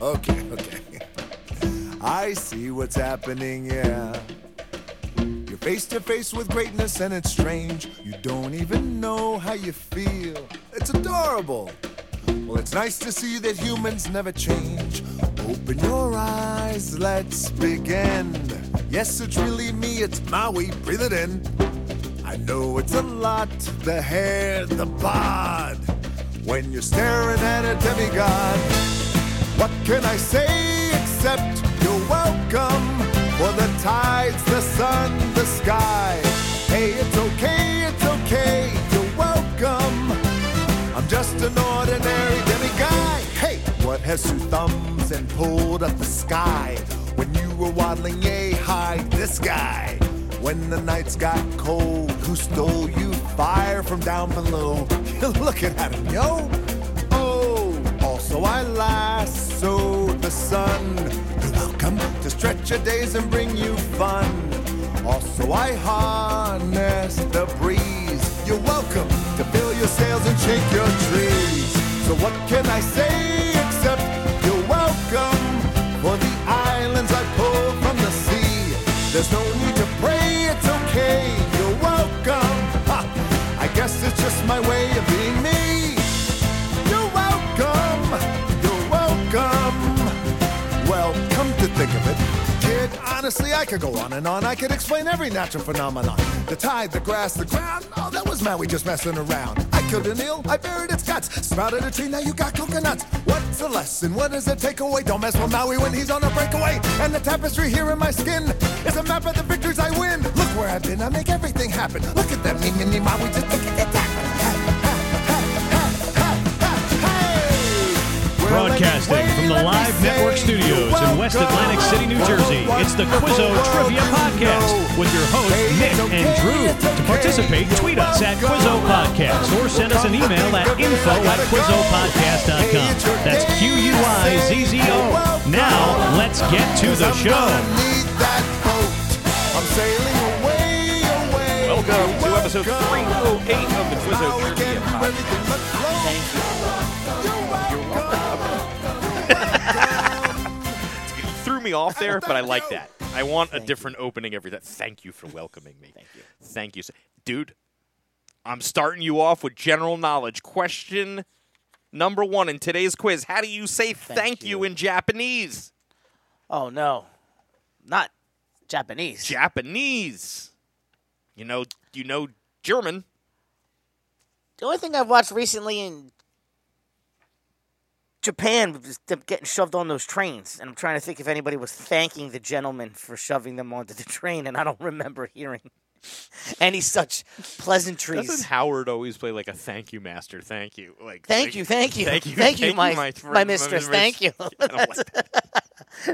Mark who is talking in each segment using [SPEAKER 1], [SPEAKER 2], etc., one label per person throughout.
[SPEAKER 1] okay, okay. I see what's happening, yeah. You're face to face with greatness and it's strange. You don't even know how you feel. It's adorable. Well, it's nice to see that humans never change. Open your eyes, let's begin. Yes, it's really me, it's Maui, breathe it in. I know it's a lot, the hair, the bod. When you're staring at a demigod, what can I say except you're welcome for the tides, the sun, the sky? Hey, it's okay, it's okay, you're welcome. I'm just an ordinary demiguy. Hey, what has two thumbs and pulled up the sky? When you were waddling, yay, hide this guy. When the nights got cold, who stole you fire from down below? You're looking at him, yo. Oh, also I lassoed the sun. You're welcome to stretch your days and bring you fun. Also I harnessed the breeze. You're welcome to fill your sails and shake your trees. So what can I say except you're welcome for the islands I pulled from the sea. There's no need to pray, it's okay. You're welcome. Ha! I guess it's just my way of being me. You're welcome. You're welcome. Well, come to think of it, kid, honestly, I could go on and on. I could explain every natural phenomenon. The tide, the grass, the ground. Oh, that was Maui just messing around. I killed an eel, I buried its guts. Sprouted a tree, now you got coconuts. What's the lesson? What is the takeaway? Don't mess with Maui when he's on a breakaway. And the tapestry here in my skin is a map of the victories I win. Look where I've been, I make everything happen. Look at that, me, me, me, Maui, just look at it
[SPEAKER 2] Broadcasting from the Live Network studios in West Atlantic City, New Jersey, it's the Quizzo Trivia Podcast with your hosts, Nick and Drew. To participate, tweet us at Quizzo Podcast or send us an email at info at QuizzoPodcast.com. That's Q U I Z Z O. Now, let's get to the show.
[SPEAKER 1] I'm sailing away, away.
[SPEAKER 3] Welcome to episode
[SPEAKER 1] Welcome.
[SPEAKER 3] 308 of the
[SPEAKER 1] Now we
[SPEAKER 3] Quizzo
[SPEAKER 1] can
[SPEAKER 3] Trivia
[SPEAKER 1] do everything
[SPEAKER 3] Podcast.
[SPEAKER 1] but flow.
[SPEAKER 3] You threw me off there, but I like that. I want a different opening every time. Thank you for welcoming me. Thank you. Thank you. Dude, I'm starting you off with general knowledge. Question number one in today's quiz How do you say thank, you.
[SPEAKER 4] you.
[SPEAKER 3] in Japanese?
[SPEAKER 4] Oh no, not Japanese.
[SPEAKER 3] Japanese. You know, you know German.
[SPEAKER 4] the only thing I've watched recently in Japan was them getting shoved on those trains, and I'm trying to think if anybody was thanking the gentleman for shoving them onto the train, and I don't remember hearing any such
[SPEAKER 3] Doesn't
[SPEAKER 4] pleasantries.
[SPEAKER 3] Howard always play like a thank you, master? Thank you. Like
[SPEAKER 4] Thank you, thank you,
[SPEAKER 3] Thank you,
[SPEAKER 4] thank you, my
[SPEAKER 3] my, friend,
[SPEAKER 4] my mistress,
[SPEAKER 3] mistress.
[SPEAKER 4] thank you.
[SPEAKER 3] I don't like that.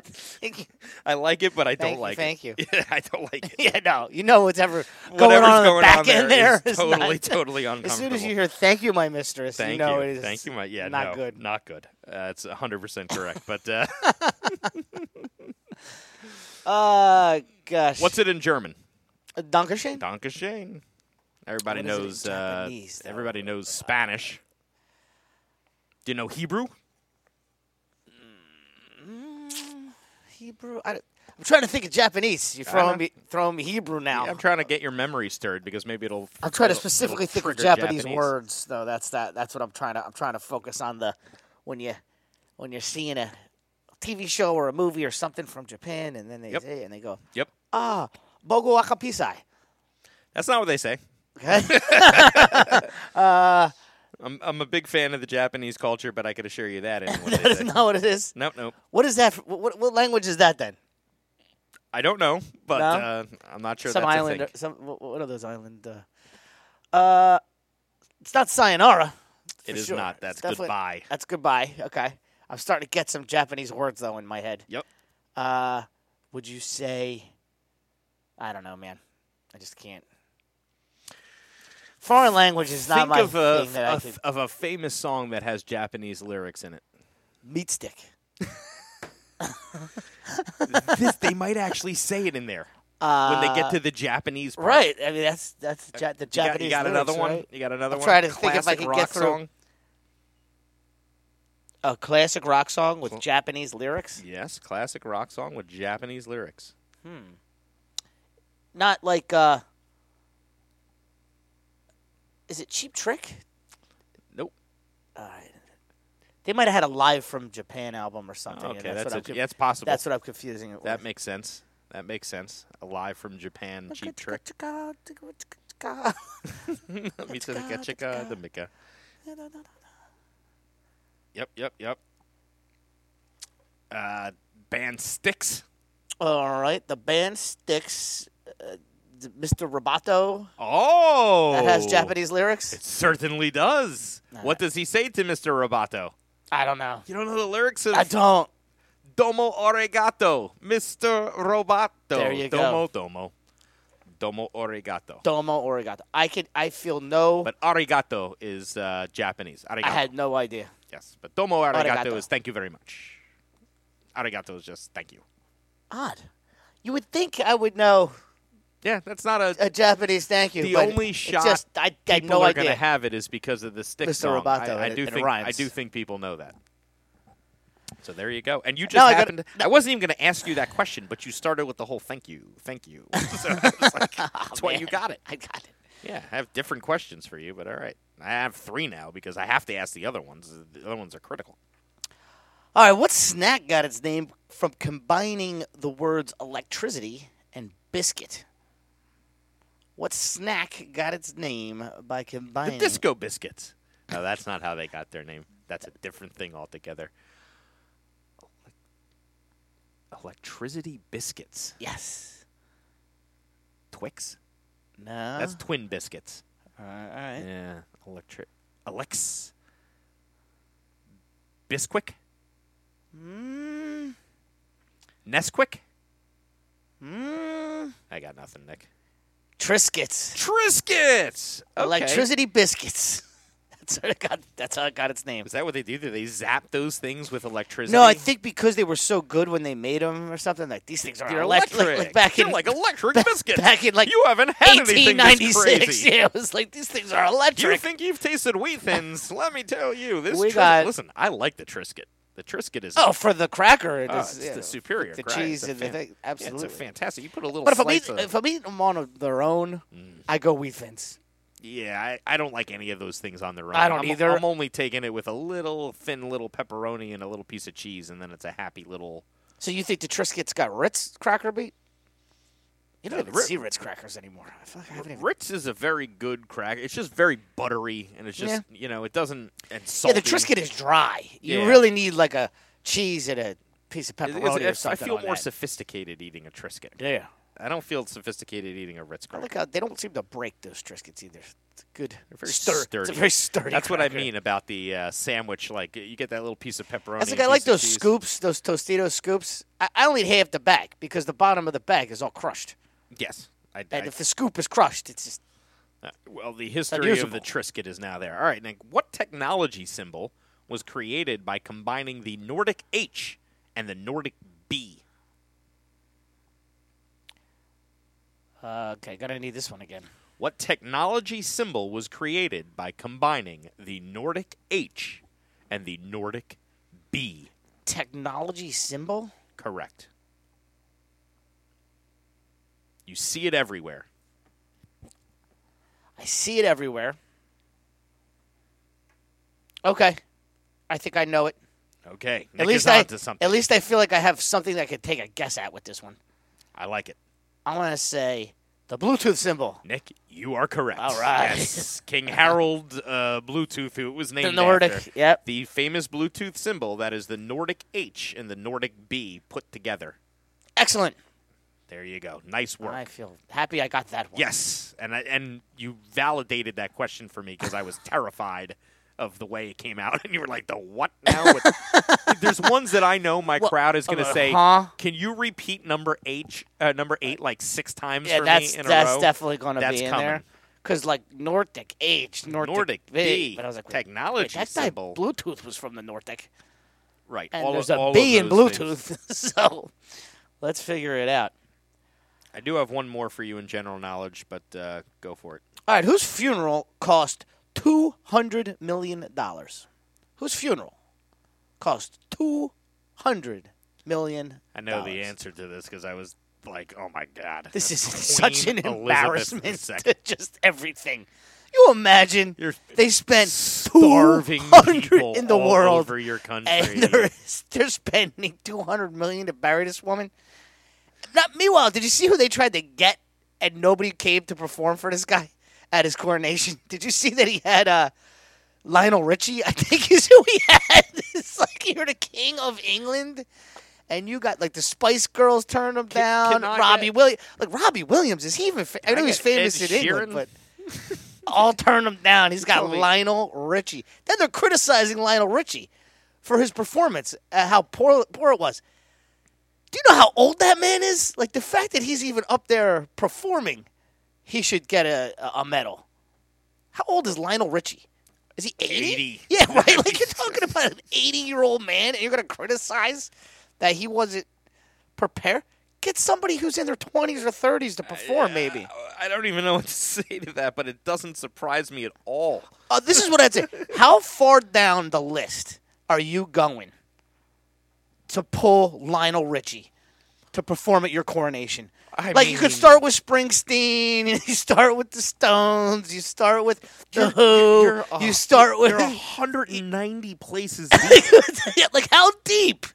[SPEAKER 4] Thank you.
[SPEAKER 3] I like it, but I don't
[SPEAKER 4] Thank you,
[SPEAKER 3] like
[SPEAKER 4] thank you.
[SPEAKER 3] it. Yeah, I don't like it.
[SPEAKER 4] Yeah, no, you know what's ever going
[SPEAKER 3] Whatever's
[SPEAKER 4] on in the
[SPEAKER 3] going
[SPEAKER 4] back
[SPEAKER 3] on
[SPEAKER 4] end there
[SPEAKER 3] is
[SPEAKER 4] is not-
[SPEAKER 3] totally, totally uncomfortable.
[SPEAKER 4] As soon as you hear "Thank you, my mistress,"
[SPEAKER 3] thank
[SPEAKER 4] you know
[SPEAKER 3] you,
[SPEAKER 4] it is
[SPEAKER 3] thank you, my yeah,
[SPEAKER 4] not
[SPEAKER 3] no,
[SPEAKER 4] good.
[SPEAKER 3] not good. That's hundred percent correct. But uh,
[SPEAKER 4] Uh, gosh.
[SPEAKER 3] what's it in German?
[SPEAKER 4] Dankeschön?
[SPEAKER 3] Dankeschön. Everybody
[SPEAKER 4] What is it in
[SPEAKER 3] knows. uh,
[SPEAKER 4] Japanese, though?
[SPEAKER 3] everybody knows Spanish. Do you know Hebrew?
[SPEAKER 4] Hebrew. I, am trying to think of Japanese. You're
[SPEAKER 3] know.
[SPEAKER 4] throwing me, throwing me Hebrew now.
[SPEAKER 3] I'm trying to get your memory stirred because maybe it'll.
[SPEAKER 4] I'm trying to
[SPEAKER 3] it'll-
[SPEAKER 4] specifically
[SPEAKER 3] it'll
[SPEAKER 4] think of
[SPEAKER 3] trigger
[SPEAKER 4] Japanese, words, though. That's that. That's what I'm trying to. I'm trying to focus on the when you when you're seeing a TV show or a movie or something from Japan, and then they
[SPEAKER 3] Yep.
[SPEAKER 4] say it and they go,
[SPEAKER 3] Yep,
[SPEAKER 4] ah, bogo akapisai.
[SPEAKER 3] that's not what they say.
[SPEAKER 4] Okay.
[SPEAKER 3] I'm, I'm a big fan of the Japanese culture, but I could assure you that isn't what they
[SPEAKER 4] That's
[SPEAKER 3] say.
[SPEAKER 4] not what it is.
[SPEAKER 3] Nope, nope.
[SPEAKER 4] What is that? What, what, what language is that then?
[SPEAKER 3] I don't know, but
[SPEAKER 4] No?
[SPEAKER 3] uh, I'm not sure
[SPEAKER 4] some
[SPEAKER 3] that's
[SPEAKER 4] island.
[SPEAKER 3] a thing.
[SPEAKER 4] Some what what are those island? Uh, uh it's not sayonara.
[SPEAKER 3] It
[SPEAKER 4] for
[SPEAKER 3] is
[SPEAKER 4] sure.
[SPEAKER 3] not.
[SPEAKER 4] It's
[SPEAKER 3] That's
[SPEAKER 4] definitely-
[SPEAKER 3] goodbye.
[SPEAKER 4] That's goodbye. Okay. I'm starting to get some Japanese words though in my head.
[SPEAKER 3] Yep.
[SPEAKER 4] Uh, would you say? I don't know, man. I just can't. Foreign language is not
[SPEAKER 3] Think
[SPEAKER 4] my
[SPEAKER 3] of a,
[SPEAKER 4] thing that I
[SPEAKER 3] a-
[SPEAKER 4] could.
[SPEAKER 3] of a famous song that has Japanese lyrics in it.
[SPEAKER 4] Meat stick.
[SPEAKER 3] this, they might actually say it in there
[SPEAKER 4] Uh,
[SPEAKER 3] when they get to the Japanese part.
[SPEAKER 4] right. I mean, that's that's ja-
[SPEAKER 3] You
[SPEAKER 4] the
[SPEAKER 3] got-
[SPEAKER 4] Japanese.
[SPEAKER 3] You got,
[SPEAKER 4] lyrics,
[SPEAKER 3] another one?
[SPEAKER 4] right?
[SPEAKER 3] You got another
[SPEAKER 4] I'm
[SPEAKER 3] one?
[SPEAKER 4] trying to think if I
[SPEAKER 3] Classic
[SPEAKER 4] could get
[SPEAKER 3] rock
[SPEAKER 4] through-
[SPEAKER 3] song?
[SPEAKER 4] a classic rock song with Japanese lyrics?
[SPEAKER 3] Yes, classic rock song with Japanese lyrics.
[SPEAKER 4] Not like uh Is it Cheap Trick?
[SPEAKER 3] Nope.
[SPEAKER 4] All right. They might have had a live from Japan album or something. and
[SPEAKER 3] Okay, that's
[SPEAKER 4] what I'm
[SPEAKER 3] that's,
[SPEAKER 4] conf-
[SPEAKER 3] yeah, that's possible.
[SPEAKER 4] That's what I'm confusing it with.
[SPEAKER 3] that makes sense. That makes sense. Alive from Japan, cheap trick. Pizza the Ketchika, the Mika. Yep, yep, yep. Uh, band Sticks.
[SPEAKER 4] All right, the band Sticks, uh, d- Mr. Roboto.
[SPEAKER 3] Oh,
[SPEAKER 4] That has Japanese lyrics.
[SPEAKER 3] It certainly does. What does he say to Mr. Roboto?
[SPEAKER 4] I don't know.
[SPEAKER 3] You don't know the lyrics of
[SPEAKER 4] I don't.
[SPEAKER 3] Domo Oregato, Mr. Roboto.
[SPEAKER 4] There you
[SPEAKER 3] domo, Domo, Domo Oregato.
[SPEAKER 4] Domo Origato. I could. I feel no.
[SPEAKER 3] but Arigato is uh, Japanese. Arigato.
[SPEAKER 4] I had no idea.
[SPEAKER 3] yes, but Domo arigato,
[SPEAKER 4] Arigato.
[SPEAKER 3] is thank you very much. Arigato is just thank you.
[SPEAKER 4] Odd. You would think I would know
[SPEAKER 3] Yeah, that's not a
[SPEAKER 4] a Japanese thank you.
[SPEAKER 3] the
[SPEAKER 4] but
[SPEAKER 3] only
[SPEAKER 4] it's
[SPEAKER 3] shot
[SPEAKER 4] Just, I, I had
[SPEAKER 3] people
[SPEAKER 4] no
[SPEAKER 3] are
[SPEAKER 4] idea.
[SPEAKER 3] to have it is because of the stick
[SPEAKER 4] Mr.
[SPEAKER 3] song.
[SPEAKER 4] Roboto,
[SPEAKER 3] I, I
[SPEAKER 4] and
[SPEAKER 3] do
[SPEAKER 4] it- and it
[SPEAKER 3] think I
[SPEAKER 4] rhymes.
[SPEAKER 3] do think people know that. So there you go. And you just
[SPEAKER 4] Now I gotta-
[SPEAKER 3] happened. I wasn't even going to ask you that question, but you started with the whole "thank you, thank you." So I was like, that's why you
[SPEAKER 4] Oh, Man,
[SPEAKER 3] got it.
[SPEAKER 4] I got it.
[SPEAKER 3] Yeah, I have different questions for you, but all right, I have three now because I have to ask the other ones. The other ones are critical.
[SPEAKER 4] All right, what snack got its name from combining the words electricity and biscuit? What snack got its name by
[SPEAKER 3] The
[SPEAKER 4] combining?
[SPEAKER 3] Disco Biscuits. No, that's not how they got their name. That's a different thing altogether. Elec- Electricity Biscuits.
[SPEAKER 4] Yes.
[SPEAKER 3] Twix?
[SPEAKER 4] No.
[SPEAKER 3] That's Twin Biscuits.
[SPEAKER 4] all right. all right.
[SPEAKER 3] Yeah. Electric. Alex. Bisquick?
[SPEAKER 4] Hmm.
[SPEAKER 3] Mm. Nesquick?
[SPEAKER 4] Hmm.
[SPEAKER 3] Mm. I got nothing, Nick.
[SPEAKER 4] Triscuits.
[SPEAKER 3] Triscuits! Okay.
[SPEAKER 4] Electricity biscuits. That's how it got. That's how it got its name.
[SPEAKER 3] Is that what they do? Do they zap those things with electricity?
[SPEAKER 4] No, I think because they were so good when they made them or something. Like these things are
[SPEAKER 3] They're
[SPEAKER 4] elec-
[SPEAKER 3] electric.
[SPEAKER 4] Like, like back
[SPEAKER 3] They're
[SPEAKER 4] in
[SPEAKER 3] like electric
[SPEAKER 4] back-
[SPEAKER 3] biscuits.
[SPEAKER 4] Back in like
[SPEAKER 3] you haven't had anything that's
[SPEAKER 4] 1896.
[SPEAKER 3] crazy.
[SPEAKER 4] Yeah, it was like these things are
[SPEAKER 3] You
[SPEAKER 4] electric.
[SPEAKER 3] think you've tasted wheat thins? Let me tell you, this.
[SPEAKER 4] We
[SPEAKER 3] Tris-
[SPEAKER 4] got-
[SPEAKER 3] listen, I like the Triscuit. The Triscuit is
[SPEAKER 4] oh, for the cracker, it
[SPEAKER 3] oh,
[SPEAKER 4] is,
[SPEAKER 3] it's
[SPEAKER 4] yeah,
[SPEAKER 3] the superior.
[SPEAKER 4] The
[SPEAKER 3] crack.
[SPEAKER 4] cheese
[SPEAKER 3] It's a
[SPEAKER 4] and the
[SPEAKER 3] fan-
[SPEAKER 4] thing.
[SPEAKER 3] yeah,
[SPEAKER 4] Absolutely.
[SPEAKER 3] it's a fantastic. You put a little.
[SPEAKER 4] but if I'm
[SPEAKER 3] slice
[SPEAKER 4] eating,
[SPEAKER 3] of- Mm.
[SPEAKER 4] if I'm eating them on their own, I go wheat thins.
[SPEAKER 3] yeah, I, I don't like any of those things on their own.
[SPEAKER 4] I don't
[SPEAKER 3] I'm,
[SPEAKER 4] either.
[SPEAKER 3] I'm only taking it with a little thin little pepperoni and a little piece of cheese, and then it's a happy little.
[SPEAKER 4] So you think the Triscuits got Ritz cracker beat? You don't
[SPEAKER 3] No,
[SPEAKER 4] even
[SPEAKER 3] Ritz-
[SPEAKER 4] see Ritz crackers anymore. I feel like I haven't even
[SPEAKER 3] Ritz is a very good crack. It's just very buttery, and it's just
[SPEAKER 4] Yeah.
[SPEAKER 3] you know it doesn't and
[SPEAKER 4] Yeah,
[SPEAKER 3] salty.
[SPEAKER 4] the Triscuit is dry. You
[SPEAKER 3] Yeah.
[SPEAKER 4] really need like a cheese and a piece of
[SPEAKER 3] It's-
[SPEAKER 4] pepperoni
[SPEAKER 3] it's-
[SPEAKER 4] or
[SPEAKER 3] it's- I
[SPEAKER 4] something.
[SPEAKER 3] feel
[SPEAKER 4] on
[SPEAKER 3] more
[SPEAKER 4] that.
[SPEAKER 3] sophisticated eating a Triscuit.
[SPEAKER 4] yeah.
[SPEAKER 3] I don't feel sophisticated eating a Ritz
[SPEAKER 4] I
[SPEAKER 3] cracker.
[SPEAKER 4] like how they don't seem to break those Triscuits either. It's good.
[SPEAKER 3] very
[SPEAKER 4] stur- It's
[SPEAKER 3] sturdy.
[SPEAKER 4] a very sturdy.
[SPEAKER 3] That's what
[SPEAKER 4] cracker.
[SPEAKER 3] I mean about the uh, sandwich. Like you get that little piece of pepperoni.
[SPEAKER 4] That's like
[SPEAKER 3] and
[SPEAKER 4] I like
[SPEAKER 3] piece of
[SPEAKER 4] those
[SPEAKER 3] cheese.
[SPEAKER 4] scoops, those Tostitos scoops. I, I only eat half the bag because the bottom of the bag is all crushed,
[SPEAKER 3] Yes, I, I,
[SPEAKER 4] and if the scoop is crushed, it's just
[SPEAKER 3] uh, well, the history of
[SPEAKER 4] usable.
[SPEAKER 3] the Triscuit is now there. All right, Nick. What technology symbol was created by combining the Nordic H and the Nordic B?
[SPEAKER 4] uh, okay. Gonna need this one again.
[SPEAKER 3] What technology symbol was created by combining the Nordic H and the Nordic B?
[SPEAKER 4] Technology symbol.
[SPEAKER 3] Correct. You see it everywhere.
[SPEAKER 4] I see it everywhere. Okay, I think I know it.
[SPEAKER 3] Okay. Nick
[SPEAKER 4] at least
[SPEAKER 3] is
[SPEAKER 4] I,
[SPEAKER 3] onto something.
[SPEAKER 4] at least I feel like I have something that I could take a guess at with this one.
[SPEAKER 3] I like it.
[SPEAKER 4] I want to say the Bluetooth symbol,
[SPEAKER 3] Nick, you are correct.
[SPEAKER 4] All right.
[SPEAKER 3] Yes. King Harold uh, Bluetooth, who it was named
[SPEAKER 4] Nordic,
[SPEAKER 3] after.
[SPEAKER 4] yep.
[SPEAKER 3] The famous Bluetooth symbol that is the Nordic H and the Nordic B put together.
[SPEAKER 4] excellent.
[SPEAKER 3] There you go. Nice work.
[SPEAKER 4] I feel happy I got that one.
[SPEAKER 3] Yes, and I, and you validated that question for me because I was terrified of the way it came out, and you were like, "The what now?" What- There's ones that I know my crowd is going to
[SPEAKER 4] uh,
[SPEAKER 3] say,
[SPEAKER 4] huh?
[SPEAKER 3] "Can you repeat number H, uh, number eight, like six times
[SPEAKER 4] yeah,
[SPEAKER 3] for
[SPEAKER 4] that's
[SPEAKER 3] me in
[SPEAKER 4] that's
[SPEAKER 3] a row?"
[SPEAKER 4] definitely going to
[SPEAKER 3] That's
[SPEAKER 4] be in
[SPEAKER 3] coming.
[SPEAKER 4] there. Because like Nordic H, Nordic,
[SPEAKER 3] Nordic B,
[SPEAKER 4] but I was like, wait,
[SPEAKER 3] technology
[SPEAKER 4] wait, that type
[SPEAKER 3] symbol,
[SPEAKER 4] Bluetooth was from the Nordic,
[SPEAKER 3] right?
[SPEAKER 4] and
[SPEAKER 3] all
[SPEAKER 4] there's
[SPEAKER 3] of,
[SPEAKER 4] a
[SPEAKER 3] all of
[SPEAKER 4] B in
[SPEAKER 3] those things.
[SPEAKER 4] Bluetooth, so let's figure it out.
[SPEAKER 3] I do have one more for you in general knowledge, but uh, go for it.
[SPEAKER 4] All right, whose funeral cost two hundred million dollars? Whose funeral cost two hundred million.
[SPEAKER 3] I know the
[SPEAKER 4] dollars.
[SPEAKER 3] answer to this because I was like, oh my god,
[SPEAKER 4] This is
[SPEAKER 3] Queen
[SPEAKER 4] such an
[SPEAKER 3] Elizabeth
[SPEAKER 4] embarrassment
[SPEAKER 3] II.
[SPEAKER 4] to just everything. You imagine
[SPEAKER 3] You're
[SPEAKER 4] they spent
[SPEAKER 3] starving
[SPEAKER 4] 200
[SPEAKER 3] people
[SPEAKER 4] in the
[SPEAKER 3] all
[SPEAKER 4] world
[SPEAKER 3] over your country.
[SPEAKER 4] and they're, they're spending 200 million to bury this woman. Not meanwhile, did you see who they tried to get and nobody came to perform for this guy at his coronation? Did you see that he had uh, Lionel Richie? I think is who he had. It's like you're the king of England. And you got like the Spice Girls turned him down.
[SPEAKER 3] can I
[SPEAKER 4] Robbie
[SPEAKER 3] get-
[SPEAKER 4] Williams, like Robbie Williams, is he even? Fa- I
[SPEAKER 3] Can I
[SPEAKER 4] know he's
[SPEAKER 3] get
[SPEAKER 4] famous
[SPEAKER 3] Ed
[SPEAKER 4] in England,
[SPEAKER 3] Sheeran?
[SPEAKER 4] but all turned him down. He's got
[SPEAKER 3] Tell me.
[SPEAKER 4] Lionel Richie. Then they're criticizing Lionel Richie for his performance, uh, how poor poor it was. Do you know how old that man is? Like the fact that he's even up there performing, he should get a a a medal. How old is Lionel Richie? Is he 80?
[SPEAKER 3] 80.
[SPEAKER 4] Yeah, right. Like you're talking about an 80 year old man and you're going to criticize that he wasn't prepared? Get somebody who's in their 20s or 30s to perform, maybe.
[SPEAKER 3] I don't even know what to say to that, but it doesn't surprise me at all.
[SPEAKER 4] Uh, this is what I'd say. How far down the list are you going to pull Lionel Richie to perform at your coronation?
[SPEAKER 3] I
[SPEAKER 4] like you
[SPEAKER 3] mean-
[SPEAKER 4] could start with Springsteen, you start with the Stones, you start with the Who,
[SPEAKER 3] You're a-
[SPEAKER 4] you start with
[SPEAKER 3] There are 190 places. deep.
[SPEAKER 4] Yeah, like how deep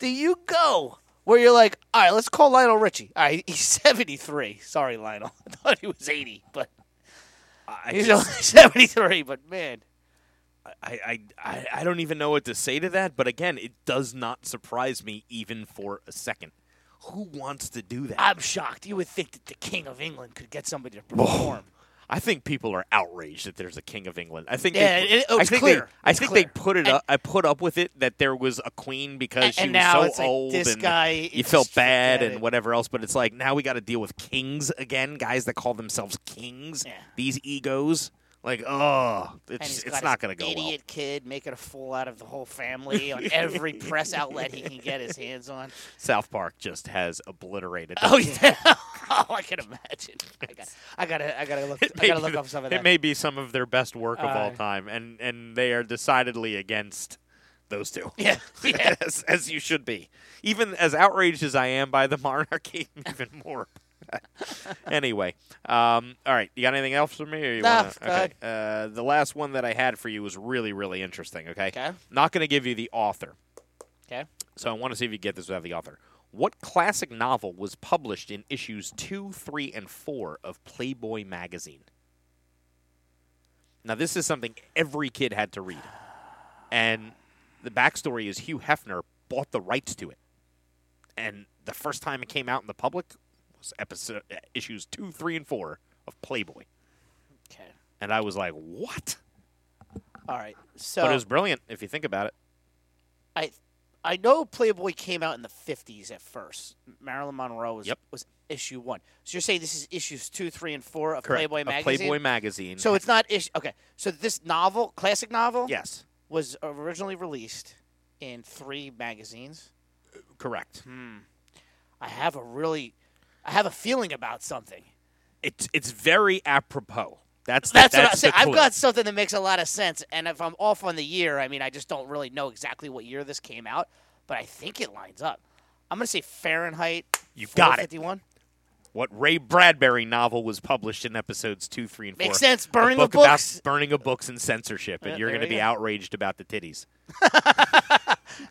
[SPEAKER 4] do you go where you're like, all right, let's call Lionel Richie. All right, he's 73. Sorry, Lionel. I thought he was 80, but
[SPEAKER 3] I
[SPEAKER 4] he's
[SPEAKER 3] just-
[SPEAKER 4] only 73. But man,
[SPEAKER 3] I, I, I, I don't even know what to say to that, but again, it does not surprise me even for a second. Who wants to do that?
[SPEAKER 4] I'm shocked. You would think that the King of England could get somebody to perform.
[SPEAKER 3] I think people are outraged that there's a king of England. I think
[SPEAKER 4] Yeah,
[SPEAKER 3] they,
[SPEAKER 4] it- oh,
[SPEAKER 3] I
[SPEAKER 4] it's
[SPEAKER 3] think
[SPEAKER 4] clear.
[SPEAKER 3] They, I
[SPEAKER 4] It's
[SPEAKER 3] think
[SPEAKER 4] clear.
[SPEAKER 3] they put it
[SPEAKER 4] And-
[SPEAKER 3] up. I put up with it that there was a queen because
[SPEAKER 4] And-
[SPEAKER 3] she
[SPEAKER 4] and
[SPEAKER 3] was
[SPEAKER 4] now
[SPEAKER 3] so
[SPEAKER 4] it's like,
[SPEAKER 3] old
[SPEAKER 4] this
[SPEAKER 3] and
[SPEAKER 4] guy
[SPEAKER 3] you
[SPEAKER 4] is
[SPEAKER 3] felt
[SPEAKER 4] just-
[SPEAKER 3] bad
[SPEAKER 4] forget
[SPEAKER 3] and
[SPEAKER 4] it.
[SPEAKER 3] whatever else. But it's like now we got to deal with kings again, guys that call themselves kings.
[SPEAKER 4] Yeah.
[SPEAKER 3] These egos, like oh, it's it's not going to go
[SPEAKER 4] idiot
[SPEAKER 3] well.
[SPEAKER 4] kid making a fool out of the whole family on every press outlet he can get his hands on.
[SPEAKER 3] South Park just has obliterated.
[SPEAKER 4] Oh yeah, oh I can imagine. I got, I gotta, I gotta look, I gotta look up some of that.
[SPEAKER 3] It may be some of their best work of all
[SPEAKER 4] Uh,
[SPEAKER 3] time, and and they are decidedly against those two.
[SPEAKER 4] Yeah, yeah.
[SPEAKER 3] as, as you should be. Even as outraged as I am by the monarchy, even more. anyway, um, all right. You got anything else for me? Or you
[SPEAKER 4] Nah,
[SPEAKER 3] wanna,
[SPEAKER 4] go ahead.
[SPEAKER 3] Uh, the last one that I had for you was really, really interesting. Okay.
[SPEAKER 4] Okay.
[SPEAKER 3] Not going to give you the author,
[SPEAKER 4] okay.
[SPEAKER 3] so I want to see if you get this without the author. What classic novel was published in issues two, three, and four of Playboy magazine? Now, this is something every kid had to read. And the backstory is Hugh Hefner bought the rights to it. And the first time it came out in the public was episode uh, issues two, three, and four of Playboy.
[SPEAKER 4] Okay.
[SPEAKER 3] And I was like, what?
[SPEAKER 4] All right.
[SPEAKER 3] But
[SPEAKER 4] So
[SPEAKER 3] it was brilliant if you think about it.
[SPEAKER 4] I, I know Playboy came out in the fifties at first. Marilyn Monroe was
[SPEAKER 3] Yep.
[SPEAKER 4] was issue one. So you're saying this is issues two, three, and four of
[SPEAKER 3] Correct.
[SPEAKER 4] Playboy
[SPEAKER 3] Of
[SPEAKER 4] magazine.
[SPEAKER 3] Playboy magazine.
[SPEAKER 4] So it's not issue. Okay. So this novel, classic novel.
[SPEAKER 3] yes,
[SPEAKER 4] was originally released in three magazines.
[SPEAKER 3] correct.
[SPEAKER 4] I have a really, I have a feeling about something.
[SPEAKER 3] It's it's very apropos. That's the-
[SPEAKER 4] That's, what I'm
[SPEAKER 3] that's
[SPEAKER 4] saying.
[SPEAKER 3] the
[SPEAKER 4] I've
[SPEAKER 3] clue.
[SPEAKER 4] got something that makes a lot of sense. And if I'm off on the year, I mean, I just don't really know exactly what year this came out, but I think it lines up. I'm gonna say Fahrenheit.
[SPEAKER 3] You got it.
[SPEAKER 4] 51.
[SPEAKER 3] what Ray Bradbury novel was published in episodes two, three, and four.
[SPEAKER 4] Makes sense. Burning
[SPEAKER 3] a
[SPEAKER 4] of
[SPEAKER 3] book about
[SPEAKER 4] books.
[SPEAKER 3] burning of books and censorship, and
[SPEAKER 4] Yeah,
[SPEAKER 3] you're
[SPEAKER 4] there
[SPEAKER 3] going to
[SPEAKER 4] you
[SPEAKER 3] be
[SPEAKER 4] go.
[SPEAKER 3] outraged about the titties.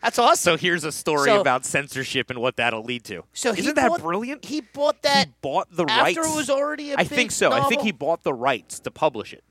[SPEAKER 4] That's awesome.
[SPEAKER 3] So here's a story
[SPEAKER 4] So-
[SPEAKER 3] about censorship and what that'll lead to.
[SPEAKER 4] So he
[SPEAKER 3] isn't that
[SPEAKER 4] bought-
[SPEAKER 3] brilliant?
[SPEAKER 4] He bought that
[SPEAKER 3] bought the
[SPEAKER 4] after
[SPEAKER 3] rights.
[SPEAKER 4] it was already a
[SPEAKER 3] I
[SPEAKER 4] big
[SPEAKER 3] think so. I think
[SPEAKER 4] novel?
[SPEAKER 3] he bought the rights to publish it.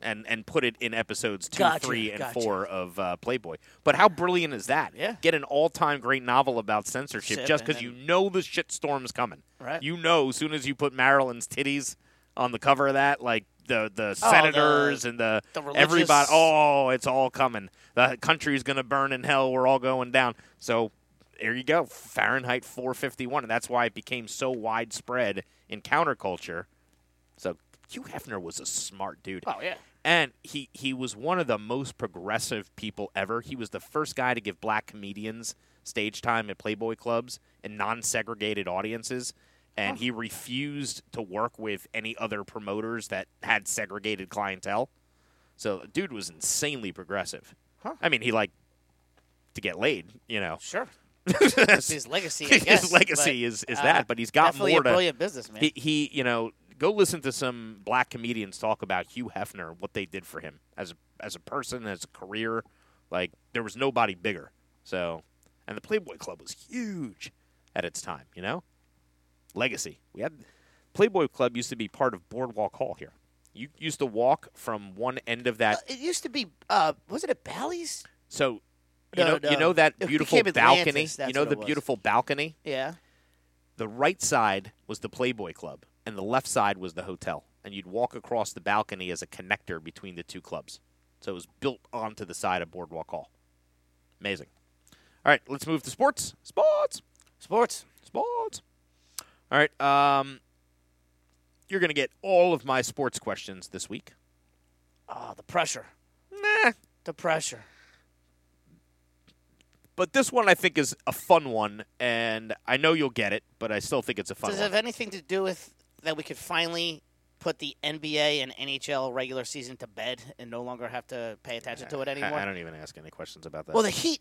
[SPEAKER 3] And, and put it in episodes two,
[SPEAKER 4] Gotcha,
[SPEAKER 3] three, and
[SPEAKER 4] gotcha.
[SPEAKER 3] four of uh, Playboy. But how brilliant is that?
[SPEAKER 4] Yeah.
[SPEAKER 3] Get an all-time great novel about censorship
[SPEAKER 4] Ship
[SPEAKER 3] just
[SPEAKER 4] and
[SPEAKER 3] because you
[SPEAKER 4] then-
[SPEAKER 3] know the shit storm's coming.
[SPEAKER 4] Right.
[SPEAKER 3] You know, as soon as you put Marilyn's titties on the cover of that, like the the
[SPEAKER 4] Oh, the-
[SPEAKER 3] senators and the,
[SPEAKER 4] the religious-
[SPEAKER 3] everybody, oh, it's all coming. The country's gonna burn in hell. We're all going down. So there you go, Fahrenheit 451, and that's why it became so widespread in counterculture. So Hugh Hefner was a smart dude.
[SPEAKER 4] Oh yeah.
[SPEAKER 3] And he, he was one of the most progressive people ever. He was the first guy to give black comedians stage time at Playboy clubs and non segregated audiences. And he refused to work with any other promoters that had segregated clientele. So, the dude was insanely progressive. I mean, he like to get laid. You know,
[SPEAKER 4] Sure. It's his legacy. I guess,
[SPEAKER 3] his legacy
[SPEAKER 4] but,
[SPEAKER 3] is is
[SPEAKER 4] uh,
[SPEAKER 3] that, but he's got
[SPEAKER 4] definitely
[SPEAKER 3] more
[SPEAKER 4] a
[SPEAKER 3] to.
[SPEAKER 4] brilliant businessman.
[SPEAKER 3] He, he, you know, go listen to some black comedians talk about Hugh Hefner, what they did for him as a, as a person, as a career. Like there was nobody bigger. So, and the Playboy Club was huge at its time. You know, legacy. We had Playboy Club used to be part of Boardwalk Hall here. You used to walk from one end of that.
[SPEAKER 4] it used to be. Uh, was it at Bally's?
[SPEAKER 3] So, you
[SPEAKER 4] No,
[SPEAKER 3] know, you
[SPEAKER 4] no.
[SPEAKER 3] know that
[SPEAKER 4] It
[SPEAKER 3] beautiful
[SPEAKER 4] became Atlantis,
[SPEAKER 3] balcony.
[SPEAKER 4] that's
[SPEAKER 3] You know
[SPEAKER 4] what it
[SPEAKER 3] the
[SPEAKER 4] was.
[SPEAKER 3] beautiful balcony.
[SPEAKER 4] Yeah.
[SPEAKER 3] the right side was the Playboy Club, and the left side was the hotel. And you'd walk across the balcony as a connector between the two clubs. So it was built onto the side of Boardwalk Hall. Amazing. All right, let's move to sports. Sports.
[SPEAKER 4] Sports.
[SPEAKER 3] Sports. All right. Um, you're going to get all of my sports questions this week.
[SPEAKER 4] Oh, the pressure.
[SPEAKER 3] Nah.
[SPEAKER 4] The pressure.
[SPEAKER 3] But this one I think is a fun one, and I know you'll get it, but I still think it's a fun
[SPEAKER 4] Does it
[SPEAKER 3] one.
[SPEAKER 4] have anything to do with that we could finally put the NBA and NHL regular season to bed and no longer have to pay attention to it
[SPEAKER 3] I-
[SPEAKER 4] anymore?
[SPEAKER 3] I, don't even ask any questions about that.
[SPEAKER 4] well, the Heat,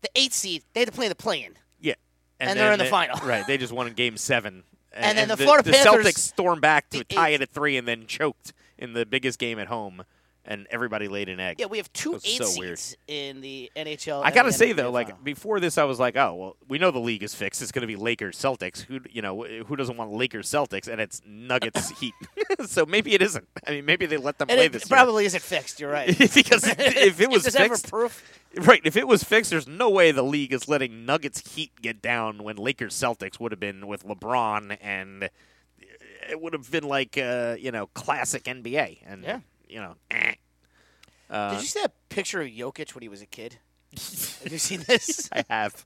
[SPEAKER 4] the eight seed, they had to play in the play-in.
[SPEAKER 3] Yeah,
[SPEAKER 4] And they're
[SPEAKER 3] then
[SPEAKER 4] in the final.
[SPEAKER 3] Right, they just won in Game Seven,
[SPEAKER 4] And then the Florida
[SPEAKER 3] the
[SPEAKER 4] Panthers-
[SPEAKER 3] Celtics stormed back to
[SPEAKER 4] the
[SPEAKER 3] tie it at three, and then choked in the biggest game at home, and everybody laid an egg.
[SPEAKER 4] Yeah, we have two
[SPEAKER 3] That's
[SPEAKER 4] eight
[SPEAKER 3] so weird.
[SPEAKER 4] seeds in the NHL.
[SPEAKER 3] I
[SPEAKER 4] and
[SPEAKER 3] gotta
[SPEAKER 4] the
[SPEAKER 3] say
[SPEAKER 4] NBA
[SPEAKER 3] though,
[SPEAKER 4] final.
[SPEAKER 3] like before this, I was like, oh well, we know the league is fixed. It's gonna be Lakers Celtics. Who you know who doesn't want Lakers Celtics? And it's Nuggets Heat. so maybe it isn't. I mean, maybe they let them
[SPEAKER 4] and
[SPEAKER 3] play
[SPEAKER 4] it
[SPEAKER 3] this year.
[SPEAKER 4] probably isn't fixed. You're right.
[SPEAKER 3] because if it was
[SPEAKER 4] there's
[SPEAKER 3] fixed,
[SPEAKER 4] ever proof,
[SPEAKER 3] Right. If it was fixed, there's no way the league is letting Nuggets Heat get down when Lakers Celtics would have been with LeBron, and it would have been like uh, you know classic NBA. And
[SPEAKER 4] Yeah.
[SPEAKER 3] you know, eh. uh,
[SPEAKER 4] did you see that picture of Jokic when he was a kid? have you seen this?
[SPEAKER 3] I have.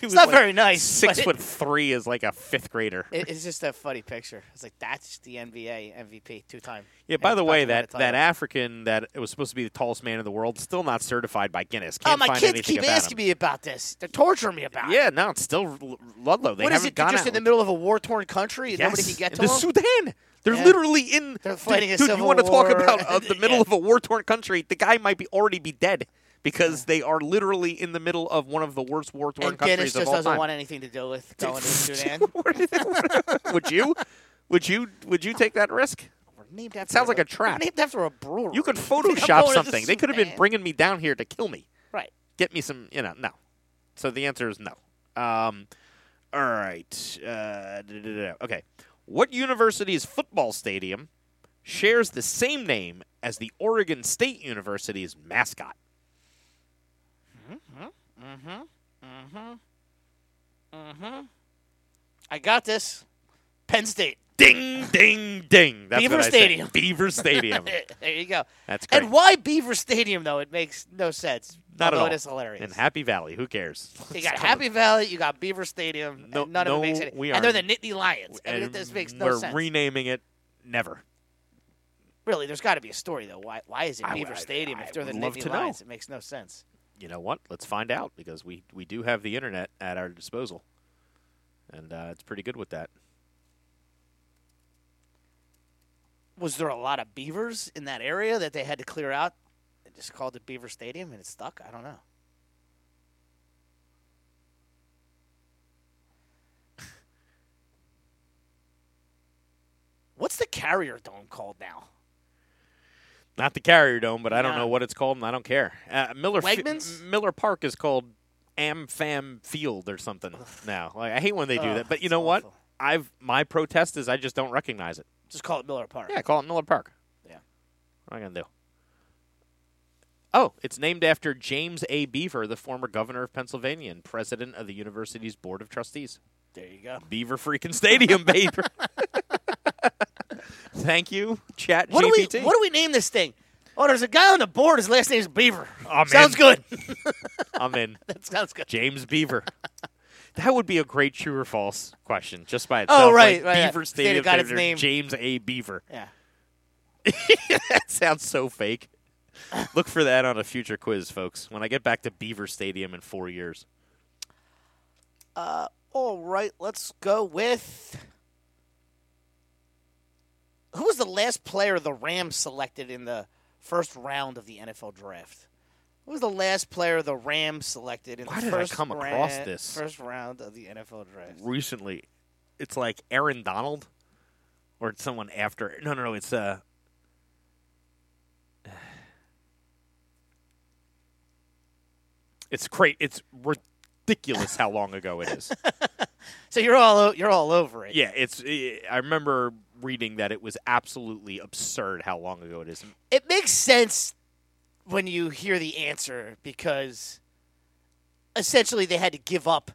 [SPEAKER 3] He was
[SPEAKER 4] It's not
[SPEAKER 3] like
[SPEAKER 4] very nice.
[SPEAKER 3] Six
[SPEAKER 4] but
[SPEAKER 3] foot three is like a fifth grader.
[SPEAKER 4] It, it's just a funny picture. It's like that's the NBA MVP two time.
[SPEAKER 3] yeah. By the way, that that African that was supposed to be the tallest man in the world still not certified by Guinness. Can't
[SPEAKER 4] Oh, my
[SPEAKER 3] find
[SPEAKER 4] kids
[SPEAKER 3] anything
[SPEAKER 4] keep
[SPEAKER 3] about
[SPEAKER 4] asking
[SPEAKER 3] him.
[SPEAKER 4] me about this. They're torturing me about it.
[SPEAKER 3] Yeah, no, it's still L- Ludlow. They
[SPEAKER 4] What is
[SPEAKER 3] haven't
[SPEAKER 4] it? They're
[SPEAKER 3] gone
[SPEAKER 4] just
[SPEAKER 3] out
[SPEAKER 4] in the
[SPEAKER 3] with-
[SPEAKER 4] middle of a war torn country and nobody
[SPEAKER 3] Yes,
[SPEAKER 4] can get to
[SPEAKER 3] in the
[SPEAKER 4] them?
[SPEAKER 3] Sudan. They're
[SPEAKER 4] Yeah.
[SPEAKER 3] literally in.
[SPEAKER 4] They're fighting a
[SPEAKER 3] dude,
[SPEAKER 4] civil
[SPEAKER 3] you want to talk
[SPEAKER 4] war.
[SPEAKER 3] about uh, the middle
[SPEAKER 4] Yeah.
[SPEAKER 3] of a war-torn country? The guy might be already be dead because they are literally in the middle of one of the worst war-torn
[SPEAKER 4] and
[SPEAKER 3] countries
[SPEAKER 4] Guinness
[SPEAKER 3] of
[SPEAKER 4] just
[SPEAKER 3] all
[SPEAKER 4] doesn't
[SPEAKER 3] time.
[SPEAKER 4] want anything to do with going to Sudan.
[SPEAKER 3] would you? Would you? Would you take that risk?
[SPEAKER 4] We're named after
[SPEAKER 3] sounds like a
[SPEAKER 4] we're
[SPEAKER 3] trap.
[SPEAKER 4] Named after a brewery.
[SPEAKER 3] You could
[SPEAKER 4] think I'm going
[SPEAKER 3] Photoshop
[SPEAKER 4] to
[SPEAKER 3] something. They could have been
[SPEAKER 4] Sudan?
[SPEAKER 3] bringing me down here to kill me.
[SPEAKER 4] right.
[SPEAKER 3] Get me some. You know, no. So the answer is no. Um, all right. Uh, da- da- da- da. okay. What university's football stadium shares the same name as the Oregon State University's mascot?
[SPEAKER 4] I got this. Penn State.
[SPEAKER 3] Ding, ding, ding. That's
[SPEAKER 4] Beaver
[SPEAKER 3] what I said.
[SPEAKER 4] Stadium. Oh,
[SPEAKER 3] Beaver Stadium.
[SPEAKER 4] There you go.
[SPEAKER 3] That's great.
[SPEAKER 4] And why Beaver Stadium though? It makes no sense.
[SPEAKER 3] Not
[SPEAKER 4] although
[SPEAKER 3] at all.
[SPEAKER 4] it is hilarious.
[SPEAKER 3] In Happy Valley, who cares?
[SPEAKER 4] you got Happy Valley, you got Beaver Stadium, and
[SPEAKER 3] No-
[SPEAKER 4] none of it makes
[SPEAKER 3] no,
[SPEAKER 4] any.
[SPEAKER 3] we
[SPEAKER 4] and they're the
[SPEAKER 3] aren't.
[SPEAKER 4] Nittany Lions. I mean,
[SPEAKER 3] And
[SPEAKER 4] this makes
[SPEAKER 3] we're
[SPEAKER 4] no sense.
[SPEAKER 3] renaming it. Never.
[SPEAKER 4] really, there's got to be a story though. Why? Why is it
[SPEAKER 3] I-
[SPEAKER 4] Beaver
[SPEAKER 3] I-
[SPEAKER 4] Stadium
[SPEAKER 3] I
[SPEAKER 4] if they're the
[SPEAKER 3] would love
[SPEAKER 4] Nittany
[SPEAKER 3] to know.
[SPEAKER 4] Lions? It makes no sense.
[SPEAKER 3] you know what? Let's find out because we, we do have the internet at our disposal, and uh, it's pretty good with that.
[SPEAKER 4] Was there a lot of beavers in that area that they had to clear out? They just called it Beaver Stadium and it stuck. I don't know. What's the Carrier Dome called now?
[SPEAKER 3] Not the Carrier Dome, but I don't
[SPEAKER 4] No.
[SPEAKER 3] know what it's called, and I don't care. Uh, Miller Fi-
[SPEAKER 4] Wegmans?
[SPEAKER 3] Miller Park is called AmFam Field or something now. Like I hate when they do
[SPEAKER 4] Ugh,
[SPEAKER 3] that, but you
[SPEAKER 4] it's
[SPEAKER 3] know what?
[SPEAKER 4] awful.
[SPEAKER 3] I've my protest is I just don't recognize it.
[SPEAKER 4] Just call it Miller Park.
[SPEAKER 3] Yeah, call it Miller Park.
[SPEAKER 4] Yeah.
[SPEAKER 3] What am I gonna do? Oh, it's named after James A. Beaver, the former governor of Pennsylvania and president of the university's board of trustees.
[SPEAKER 4] There you go.
[SPEAKER 3] Beaver freaking Stadium, baby. Thank you, Chat
[SPEAKER 4] What do we
[SPEAKER 3] GPT.
[SPEAKER 4] What do we name this thing? Oh, there's a guy on the board. His last name is Beaver.
[SPEAKER 3] Oh, man.
[SPEAKER 4] Sounds good.
[SPEAKER 3] I'm in.
[SPEAKER 4] that sounds good.
[SPEAKER 3] James Beaver. That would be a great true or false question just by itself.
[SPEAKER 4] Oh, right,
[SPEAKER 3] like
[SPEAKER 4] right, yeah.
[SPEAKER 3] Beaver Stadium
[SPEAKER 4] Stadium got
[SPEAKER 3] named
[SPEAKER 4] its
[SPEAKER 3] after
[SPEAKER 4] name.
[SPEAKER 3] James A. Beaver.
[SPEAKER 4] Yeah.
[SPEAKER 3] that sounds so fake. Look for that on a future quiz, folks. When I get back to Beaver Stadium in four years.
[SPEAKER 4] All right, let's go with. Who was the last player the Rams selected in the first round of the NFL draft? Who was the last player the Rams selected in
[SPEAKER 3] Why
[SPEAKER 4] the
[SPEAKER 3] did I
[SPEAKER 4] first
[SPEAKER 3] come across
[SPEAKER 4] ra-
[SPEAKER 3] this?
[SPEAKER 4] first round of the NFL draft?
[SPEAKER 3] recently. It's like Aaron Donald, or it's someone after. No, no, no. It's uh. It's great. It's ridiculous how long ago it is.
[SPEAKER 4] So you're all o- you're all over it.
[SPEAKER 3] yeah, it's. eh, I remember reading that it was absolutely absurd how long ago it is.
[SPEAKER 4] it makes sense when you hear the answer because essentially they had to give up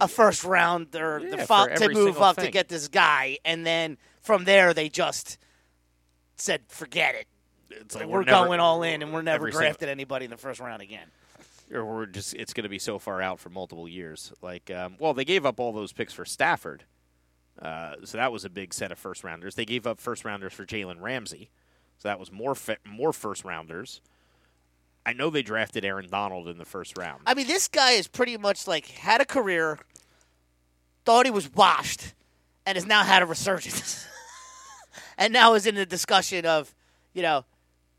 [SPEAKER 4] a first round or
[SPEAKER 3] Yeah,
[SPEAKER 4] the fo-
[SPEAKER 3] for
[SPEAKER 4] to
[SPEAKER 3] every
[SPEAKER 4] move
[SPEAKER 3] single
[SPEAKER 4] up to
[SPEAKER 3] thing.
[SPEAKER 4] get this guy, and then from there they just said forget it.
[SPEAKER 3] It's
[SPEAKER 4] Like,
[SPEAKER 3] like
[SPEAKER 4] we're,
[SPEAKER 3] never-
[SPEAKER 4] going all in, and we're never
[SPEAKER 3] every single-
[SPEAKER 4] drafted anybody in the first round again.
[SPEAKER 3] or we're just it's going to be so far out for multiple years. Like, um, well, they gave up all those picks for Stafford, uh, so that was a big set of first rounders. They gave up first rounders for Jalen Ramsey, so that was more fa- more first rounders. I know they drafted Aaron Donald in the first round.
[SPEAKER 4] I mean, this guy is pretty much like had a career, thought he was washed, and has now had a resurgence. and now is in the discussion of, you know,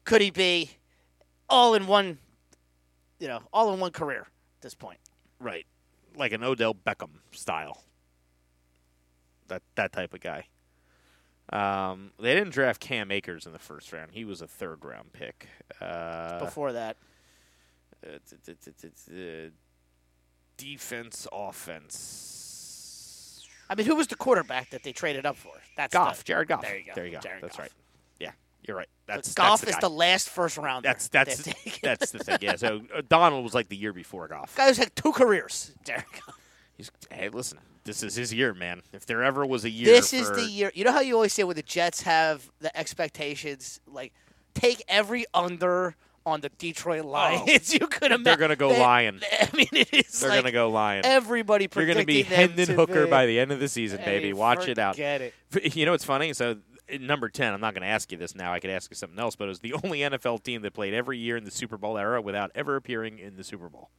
[SPEAKER 4] could he be all in one, you know, all in one career at this point?
[SPEAKER 3] right, like an Odell Beckham style. That that type of guy. Um, they didn't draft Cam Akers in the first round. He was a third round pick. Uh,
[SPEAKER 4] Before that,
[SPEAKER 3] Uh, t- t- t- t- t- uh, defense offense.
[SPEAKER 4] I mean, who was the quarterback that they traded up for? That's
[SPEAKER 3] Goff,
[SPEAKER 4] the-
[SPEAKER 3] Jared Goff.
[SPEAKER 4] There you go.
[SPEAKER 3] There you go.
[SPEAKER 4] Jared
[SPEAKER 3] that's
[SPEAKER 4] Goff.
[SPEAKER 3] right. Yeah, you're right. That's
[SPEAKER 4] Goff
[SPEAKER 3] that's
[SPEAKER 4] is
[SPEAKER 3] guy.
[SPEAKER 4] the last first round.
[SPEAKER 3] that's that's that's the thing. Yeah. So uh, Donald was like the year before Goff.
[SPEAKER 4] guy's had two careers. Jared Goff.
[SPEAKER 3] He's, hey, listen, this is his year, man. If there ever was a year,
[SPEAKER 4] This is
[SPEAKER 3] for-
[SPEAKER 4] the year. You know how you always say when the Jets have the expectations, like take every under on the Detroit Lions. you could imagine
[SPEAKER 3] Oh. They're gonna go
[SPEAKER 4] they-
[SPEAKER 3] lion.
[SPEAKER 4] I mean, it is
[SPEAKER 3] They're
[SPEAKER 4] like
[SPEAKER 3] gonna go lion.
[SPEAKER 4] everybody
[SPEAKER 3] You're gonna
[SPEAKER 4] predicting
[SPEAKER 3] be
[SPEAKER 4] them
[SPEAKER 3] Hendon
[SPEAKER 4] to
[SPEAKER 3] Hooker
[SPEAKER 4] be-
[SPEAKER 3] by the end of the season,
[SPEAKER 4] I
[SPEAKER 3] baby.
[SPEAKER 4] mean,
[SPEAKER 3] Watch it out.
[SPEAKER 4] Forget it.
[SPEAKER 3] You know what's funny? So uh, number ten, I'm not going to ask you this now. I could ask you something else, but it was the only NFL team that played every year in the Super Bowl era without ever appearing in the Super Bowl.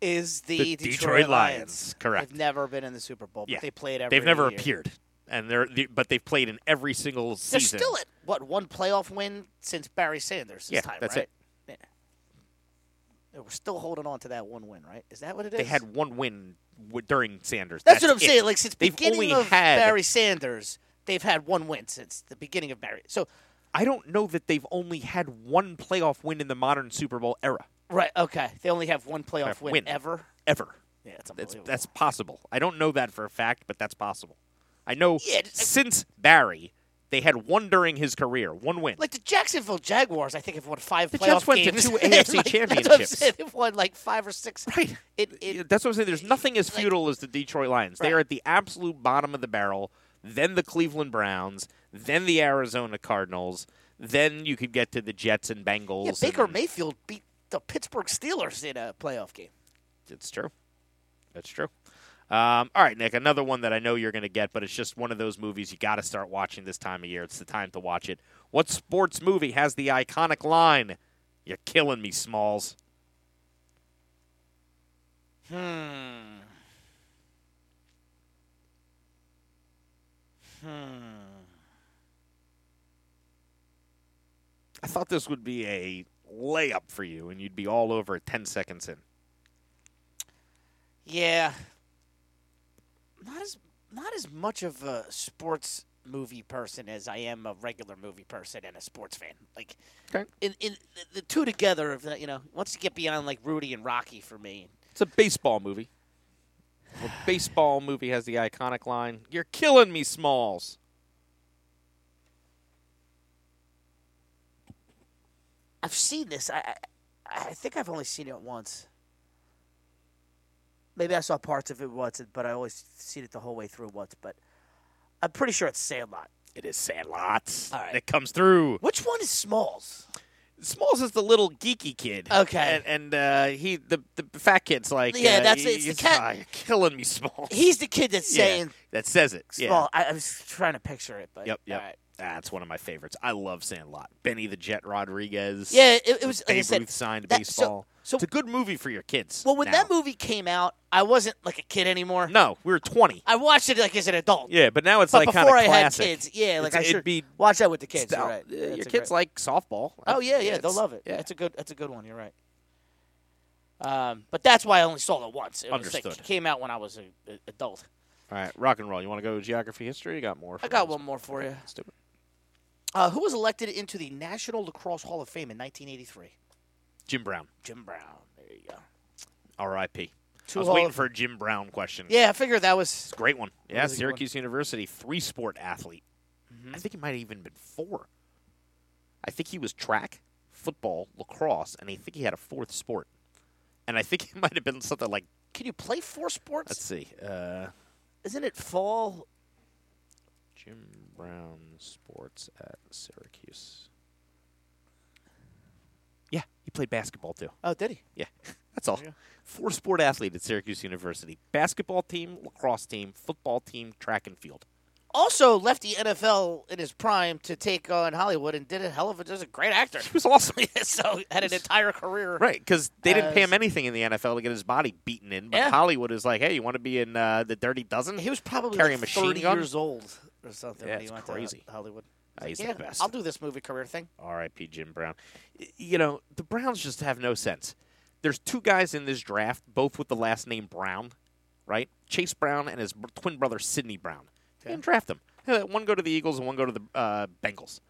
[SPEAKER 4] Is the,
[SPEAKER 3] The
[SPEAKER 4] Detroit,
[SPEAKER 3] Detroit Lions,
[SPEAKER 4] Lions?
[SPEAKER 3] correct.
[SPEAKER 4] They've never been in the Super Bowl, but
[SPEAKER 3] Yeah.
[SPEAKER 4] they played every.
[SPEAKER 3] They've never
[SPEAKER 4] year.
[SPEAKER 3] appeared, and they're the, but they've played in every single
[SPEAKER 4] They're
[SPEAKER 3] season.
[SPEAKER 4] still at what one playoff win since Barry Sanders.
[SPEAKER 3] Yeah,
[SPEAKER 4] time,
[SPEAKER 3] that's
[SPEAKER 4] right?
[SPEAKER 3] it.
[SPEAKER 4] Yeah. Yeah, We're still holding on to that one win, right? Is that what it is?
[SPEAKER 3] They had one win w- during Sanders.
[SPEAKER 4] That's, what I'm
[SPEAKER 3] it.
[SPEAKER 4] saying. Like since the
[SPEAKER 3] They've
[SPEAKER 4] beginning
[SPEAKER 3] only
[SPEAKER 4] of
[SPEAKER 3] had-
[SPEAKER 4] Barry Sanders, they've had one win since the beginning of Barry. So
[SPEAKER 3] I don't know that they've only had one playoff win in the modern Super Bowl era
[SPEAKER 4] right, okay, they only have one playoff
[SPEAKER 3] Playoff
[SPEAKER 4] win,
[SPEAKER 3] win.
[SPEAKER 4] ever.
[SPEAKER 3] ever.
[SPEAKER 4] Yeah, that's
[SPEAKER 3] That's
[SPEAKER 4] unbelievable.
[SPEAKER 3] that's possible. I don't know that for a fact, but that's possible. I know
[SPEAKER 4] Yeah, it's-
[SPEAKER 3] since Barry, they had one during his career, one win.
[SPEAKER 4] like the Jacksonville Jaguars. I think have won five
[SPEAKER 3] The
[SPEAKER 4] playoff
[SPEAKER 3] Jets went to
[SPEAKER 4] games.
[SPEAKER 3] two
[SPEAKER 4] Like,
[SPEAKER 3] AFC
[SPEAKER 4] that's what I'm
[SPEAKER 3] championships.
[SPEAKER 4] saying. They've won like five or six.
[SPEAKER 3] Right.
[SPEAKER 4] It, it,
[SPEAKER 3] that's what I'm saying. There's nothing as futile as the Detroit Lions. They
[SPEAKER 4] Right.
[SPEAKER 3] are at the absolute bottom of the barrel. Then the Cleveland Browns. Then the Arizona Cardinals. Then you could get to the Jets and Bengals.
[SPEAKER 4] yeah, Baker
[SPEAKER 3] and-
[SPEAKER 4] Mayfield beat the Pittsburgh Steelers in a playoff game.
[SPEAKER 3] It's true. That's true. Um, all right, Nick. Another one that I know you're going to get, but it's just one of those movies you got to start watching this time of year. It's the time to watch it. What sports movie has the iconic line? You're killing me, Smalls. Hmm. Hmm. I thought this would be a layup for you, and you'd be all over it 10 seconds in.
[SPEAKER 4] Yeah, not as not as much of a sports movie person as I am a regular movie person and a sports fan. Like,
[SPEAKER 3] Okay.
[SPEAKER 4] in, in the, the two together of the, you know once you get beyond like Rudy and Rocky for me.
[SPEAKER 3] It's a baseball movie. A baseball movie has the iconic line, "You're killing me, Smalls."
[SPEAKER 4] I've seen this. I I, I think I've only seen it once. Maybe I saw parts of it once, but I always seen it the whole way through once. But I'm pretty sure it's Sandlot.
[SPEAKER 3] It is Sandlot.
[SPEAKER 4] All right.
[SPEAKER 3] It comes through.
[SPEAKER 4] Which one is Smalls?
[SPEAKER 3] Smalls is the little geeky kid.
[SPEAKER 4] Okay.
[SPEAKER 3] and, and uh, he the the fat kid's like, uh,
[SPEAKER 4] Yeah, that's-
[SPEAKER 3] he-
[SPEAKER 4] it's the
[SPEAKER 3] he's,
[SPEAKER 4] cat-
[SPEAKER 3] "Ah, you're killing me, Smalls.
[SPEAKER 4] He's the kid that's
[SPEAKER 3] Yeah,
[SPEAKER 4] saying
[SPEAKER 3] that says it. Yeah.
[SPEAKER 4] Small. I, I was trying to picture it, but
[SPEAKER 3] Yep, yep.
[SPEAKER 4] all right.
[SPEAKER 3] That's one of my favorites. I love Sandlot. Benny the Jet Rodriguez.
[SPEAKER 4] Yeah, it, it was like I
[SPEAKER 3] Babe
[SPEAKER 4] said,
[SPEAKER 3] Ruth signed
[SPEAKER 4] that- so
[SPEAKER 3] baseball.
[SPEAKER 4] So-
[SPEAKER 3] it's a good movie for your kids.
[SPEAKER 4] Well, when
[SPEAKER 3] now.
[SPEAKER 4] that movie came out, I wasn't like a kid anymore.
[SPEAKER 3] no, we were twenty.
[SPEAKER 4] I watched it like as an adult.
[SPEAKER 3] Yeah, but now it's
[SPEAKER 4] but
[SPEAKER 3] like kind of
[SPEAKER 4] before I had
[SPEAKER 3] classic.
[SPEAKER 4] kids, yeah, like
[SPEAKER 3] It's-
[SPEAKER 4] I
[SPEAKER 3] it'd
[SPEAKER 4] should
[SPEAKER 3] be
[SPEAKER 4] watch that with the kids.
[SPEAKER 3] style.
[SPEAKER 4] You're right.
[SPEAKER 3] Yeah,
[SPEAKER 4] That's
[SPEAKER 3] your
[SPEAKER 4] a
[SPEAKER 3] kids
[SPEAKER 4] great-
[SPEAKER 3] like softball.
[SPEAKER 4] Oh yeah, yeah, they'll
[SPEAKER 3] it's-
[SPEAKER 4] love it.
[SPEAKER 3] yeah.
[SPEAKER 4] That's a good. That's a good one. You're right. Um, but that's why I only saw it once. It was, like,
[SPEAKER 3] Understood.
[SPEAKER 4] came out when I was a, a adult.
[SPEAKER 3] All right, rock and roll. You want to go geography, history? You got more?
[SPEAKER 4] I got one more for you.
[SPEAKER 3] Stupid.
[SPEAKER 4] Uh, who was elected into the National Lacrosse Hall of Fame in 1983?
[SPEAKER 3] Jim Brown,
[SPEAKER 4] Jim Brown. There you go.
[SPEAKER 3] R.I.P. I
[SPEAKER 4] Two
[SPEAKER 3] was
[SPEAKER 4] Hall
[SPEAKER 3] waiting
[SPEAKER 4] of-
[SPEAKER 3] for a Jim Brown question.
[SPEAKER 4] Yeah, I figured that was.
[SPEAKER 3] Great one. Yeah,
[SPEAKER 4] was a good one. Mm-hmm.
[SPEAKER 3] Syracuse University, three sport athlete. I think he might have even been four. I think he was track, football, lacrosse, and I think he had a fourth sport. And I think he might have been something like,
[SPEAKER 4] Can you play four sports?
[SPEAKER 3] let's see, uh,
[SPEAKER 4] Isn't it fall?
[SPEAKER 3] Jim Brown sports at Syracuse. Yeah, he played basketball too.
[SPEAKER 4] Oh, did he?
[SPEAKER 3] Yeah, that's all. Four sport athlete at Syracuse University basketball team, lacrosse team, football team, track and field.
[SPEAKER 4] Also left the NFL in his prime to take on Hollywood and did a hell of a. Just a great actor.
[SPEAKER 3] He was awesome.
[SPEAKER 4] so had an entire career.
[SPEAKER 3] Right, because they didn't pay
[SPEAKER 4] As-
[SPEAKER 3] him anything in the NFL to get his body beaten in. But
[SPEAKER 4] Yeah.
[SPEAKER 3] Hollywood is like, hey, you want to be in uh, the Dirty Dozen?
[SPEAKER 4] He was probably
[SPEAKER 3] Carry
[SPEAKER 4] like
[SPEAKER 3] a machine
[SPEAKER 4] 30
[SPEAKER 3] gun?
[SPEAKER 4] years old or something
[SPEAKER 3] Yeah,
[SPEAKER 4] when he
[SPEAKER 3] it's
[SPEAKER 4] went
[SPEAKER 3] crazy.
[SPEAKER 4] to Hollywood.
[SPEAKER 3] Ah, he's
[SPEAKER 4] like,
[SPEAKER 3] the
[SPEAKER 4] yeah,
[SPEAKER 3] best.
[SPEAKER 4] I'll do this movie career thing.
[SPEAKER 3] R.I.P. Jim Brown. Y- You know, the Browns just have no sense. There's two guys in this draft, both with the last name Brown, right? Chase Brown and his br- twin brother Sidney Brown. They didn't draft them. They let One go to the Eagles and one go to the uh, Bengals.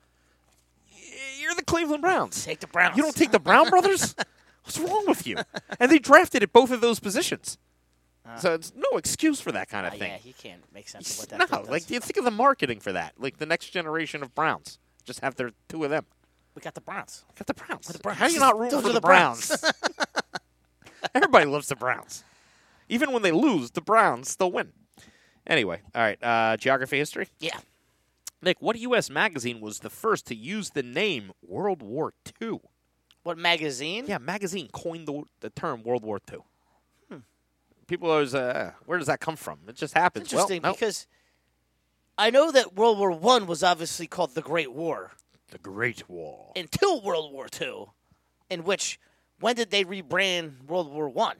[SPEAKER 3] Y- You're the Cleveland Browns.
[SPEAKER 4] Take the Browns.
[SPEAKER 3] You don't take the Brown brothers? What's wrong with you? And they drafted at both of those positions. so it's no excuse for that kind
[SPEAKER 4] Uh. Ah,
[SPEAKER 3] of thing.
[SPEAKER 4] yeah, he can't make sense of what that
[SPEAKER 3] No,
[SPEAKER 4] thing does.
[SPEAKER 3] like you think of the marketing for that. Like the next generation of Browns, just have their two of them.
[SPEAKER 4] we got the Browns.
[SPEAKER 3] Got the Browns. How are you not rooting
[SPEAKER 4] Those
[SPEAKER 3] for
[SPEAKER 4] are
[SPEAKER 3] the
[SPEAKER 4] the Browns.
[SPEAKER 3] Browns? Everybody loves the Browns. Even when they lose, the Browns still win. Anyway, all right. Uh, geography, history.
[SPEAKER 4] Yeah.
[SPEAKER 3] Nick, what U.S. magazine was the first to use the name World War II?
[SPEAKER 4] What magazine?
[SPEAKER 3] Yeah, magazine coined the, the term World War II. Hmm. People always, uh, where does that come from? It just happens. Well,
[SPEAKER 4] Interesting
[SPEAKER 3] no.
[SPEAKER 4] because I know that World War One was obviously called the Great War
[SPEAKER 3] the Great War.
[SPEAKER 4] until World War Two, in which when did they rebrand World War One?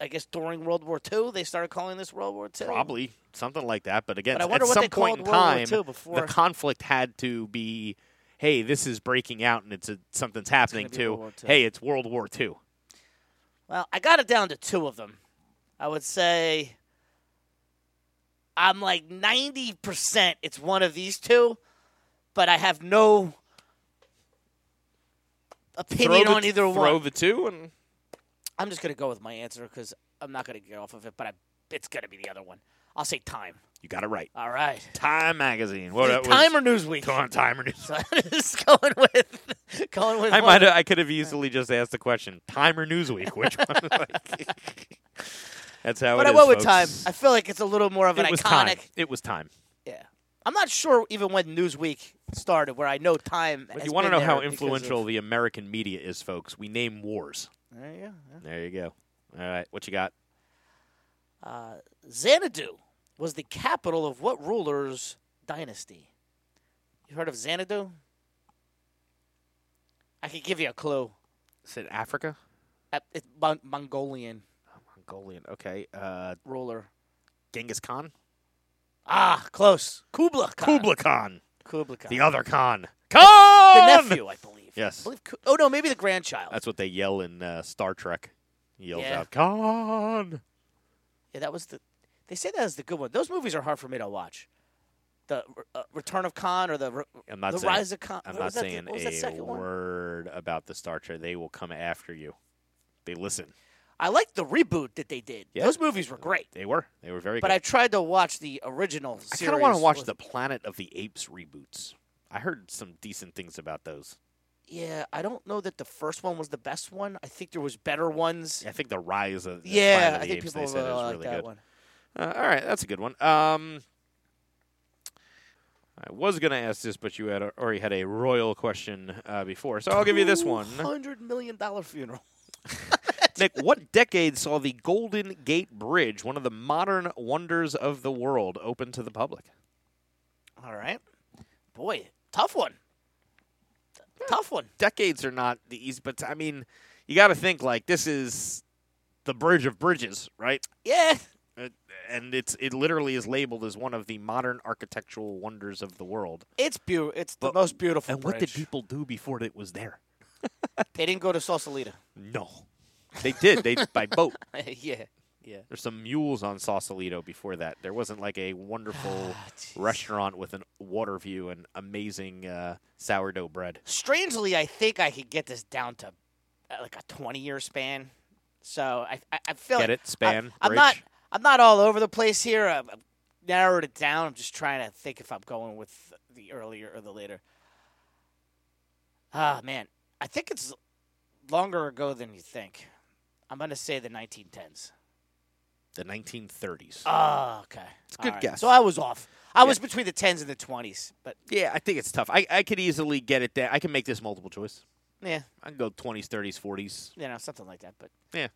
[SPEAKER 4] I? guess during World War Two they started calling this World War Two.
[SPEAKER 3] Probably something like that. But again,
[SPEAKER 4] But I
[SPEAKER 3] at
[SPEAKER 4] wonder what
[SPEAKER 3] some
[SPEAKER 4] they
[SPEAKER 3] point in
[SPEAKER 4] called World War
[SPEAKER 3] time,
[SPEAKER 4] II before-
[SPEAKER 3] the conflict had to be, hey, this is breaking out and it's a, something's happening
[SPEAKER 4] be
[SPEAKER 3] to,
[SPEAKER 4] World War II.
[SPEAKER 3] hey, it's World War II.
[SPEAKER 4] Well, I got it down to two of them. I would say I'm like 90% it's one of these two, but I have no
[SPEAKER 3] Throw
[SPEAKER 4] opinion
[SPEAKER 3] the,
[SPEAKER 4] on either
[SPEAKER 3] throw
[SPEAKER 4] one.
[SPEAKER 3] the two and
[SPEAKER 4] I'm just going to go with my answer because I'm not going to get off of it, but I, it's going to be the other one. I'll say time.
[SPEAKER 3] you got it right.
[SPEAKER 4] All right.
[SPEAKER 3] Time magazine. What
[SPEAKER 4] Is
[SPEAKER 3] Oh, that was-
[SPEAKER 4] it time or Newsweek?
[SPEAKER 3] Come on, Time or News?
[SPEAKER 4] So I'm just going with, going with
[SPEAKER 3] I
[SPEAKER 4] one.
[SPEAKER 3] might. I could have easily just asked the question: Time or Newsweek? Which one? Like, that's how.
[SPEAKER 4] But
[SPEAKER 3] it
[SPEAKER 4] I
[SPEAKER 3] is,
[SPEAKER 4] went with time.
[SPEAKER 3] folks.
[SPEAKER 4] I feel like it's a little more of an
[SPEAKER 3] it was
[SPEAKER 4] iconic.
[SPEAKER 3] time. It was time.
[SPEAKER 4] Yeah. I'm not sure even when Newsweek started, where I know time.
[SPEAKER 3] If
[SPEAKER 4] has
[SPEAKER 3] you want to
[SPEAKER 4] been
[SPEAKER 3] know
[SPEAKER 4] there
[SPEAKER 3] how
[SPEAKER 4] because
[SPEAKER 3] influential
[SPEAKER 4] Of,
[SPEAKER 3] the American media is, folks, we name wars.
[SPEAKER 4] there you go. yeah.
[SPEAKER 3] There you go. All right, what you got?
[SPEAKER 4] Xanadu was the capital of what ruler's dynasty? You heard of Xanadu? I could give you a clue.
[SPEAKER 3] Is it Africa?
[SPEAKER 4] Uh, It's Mon- Mongolian
[SPEAKER 3] Mongolian. Okay. Uh,
[SPEAKER 4] ruler.
[SPEAKER 3] Genghis Khan?
[SPEAKER 4] Ah, close. Kubla Khan.
[SPEAKER 3] Kubla Khan.
[SPEAKER 4] Kubla Khan.
[SPEAKER 3] The other Khan. Khan!
[SPEAKER 4] The nephew, I believe.
[SPEAKER 3] Yes.
[SPEAKER 4] I believe Ku- oh no, maybe the grandchild.
[SPEAKER 3] That's what they yell in uh, Star Trek. He yells
[SPEAKER 4] Yeah.
[SPEAKER 3] out, Khan!
[SPEAKER 4] yeah, that was the. They say that was the good one. Those movies are hard for me to watch. The uh, Return of Khan or the Re-
[SPEAKER 3] I'm not
[SPEAKER 4] The
[SPEAKER 3] saying,
[SPEAKER 4] Rise of Khan-
[SPEAKER 3] I'm
[SPEAKER 4] what
[SPEAKER 3] not
[SPEAKER 4] was that the-
[SPEAKER 3] saying
[SPEAKER 4] what was that
[SPEAKER 3] a
[SPEAKER 4] second one?
[SPEAKER 3] word about the Star Trek. They will come after you. They listen.
[SPEAKER 4] I like the reboot that they did.
[SPEAKER 3] Yeah.
[SPEAKER 4] Those movies were great.
[SPEAKER 3] They were. They were very
[SPEAKER 4] But
[SPEAKER 3] good.
[SPEAKER 4] I tried to watch the original
[SPEAKER 3] I
[SPEAKER 4] series.
[SPEAKER 3] kind of want to watch
[SPEAKER 4] with-
[SPEAKER 3] the Planet of the Apes reboots. I heard some decent things about those.
[SPEAKER 4] Yeah, I don't know that the first one was the best one. I think there was better ones.
[SPEAKER 3] I think the Rise of the Planet
[SPEAKER 4] Yeah,
[SPEAKER 3] of
[SPEAKER 4] I
[SPEAKER 3] the
[SPEAKER 4] think
[SPEAKER 3] Apes,
[SPEAKER 4] people
[SPEAKER 3] they said,
[SPEAKER 4] really
[SPEAKER 3] is
[SPEAKER 4] like
[SPEAKER 3] really
[SPEAKER 4] that
[SPEAKER 3] good.
[SPEAKER 4] one.
[SPEAKER 3] Uh, all right, that's a good one. Um, I was going to ask this, but you had a, already had a royal question uh, before, so I'll give you this one.
[SPEAKER 4] Hundred million dollar funeral.
[SPEAKER 3] Nick, what decade saw the Golden Gate Bridge, one of the modern wonders of the world, open to the public?
[SPEAKER 4] All right, boy, tough one. Tough one.
[SPEAKER 3] Decades are not the easy, but I mean, you got to think like this is the bridge of bridges, right?
[SPEAKER 4] Yeah.
[SPEAKER 3] Uh, And it's it literally is labeled as one of the modern architectural wonders of the world.
[SPEAKER 4] It's beautiful. It's the
[SPEAKER 3] But-
[SPEAKER 4] most beautiful.
[SPEAKER 3] And what did
[SPEAKER 4] bridge.
[SPEAKER 3] people do before it was there?
[SPEAKER 4] They didn't go to Sausalita.
[SPEAKER 3] No, they did. They by boat.
[SPEAKER 4] yeah. Yeah.
[SPEAKER 3] There's some mules on Sausalito before that. There wasn't like a wonderful
[SPEAKER 4] Ah,
[SPEAKER 3] restaurant with a water view and amazing uh, sourdough bread.
[SPEAKER 4] Strangely, I think I could get this down to uh, like a 20 year span. So I, I, I feel
[SPEAKER 3] Get
[SPEAKER 4] like
[SPEAKER 3] it? Span,
[SPEAKER 4] I, am not
[SPEAKER 3] bridge?
[SPEAKER 4] I'm not all over the place here. I've, I've narrowed it down. I'm just trying to think if I'm going with the earlier or the later. Ah man, I think it's longer ago than you think. I'm gonna say the 1910s.
[SPEAKER 3] The Uh, 1930s.
[SPEAKER 4] Oh, okay. It's
[SPEAKER 3] a good guess.
[SPEAKER 4] So I was off. I was between the 10s and the 20s, but
[SPEAKER 3] yeah, I think it's tough. I, I could easily get it down. I can make this multiple choice.
[SPEAKER 4] yeah,
[SPEAKER 3] I can go 20s, 30s, 40s.
[SPEAKER 4] you know, something like that. But
[SPEAKER 3] Yeah.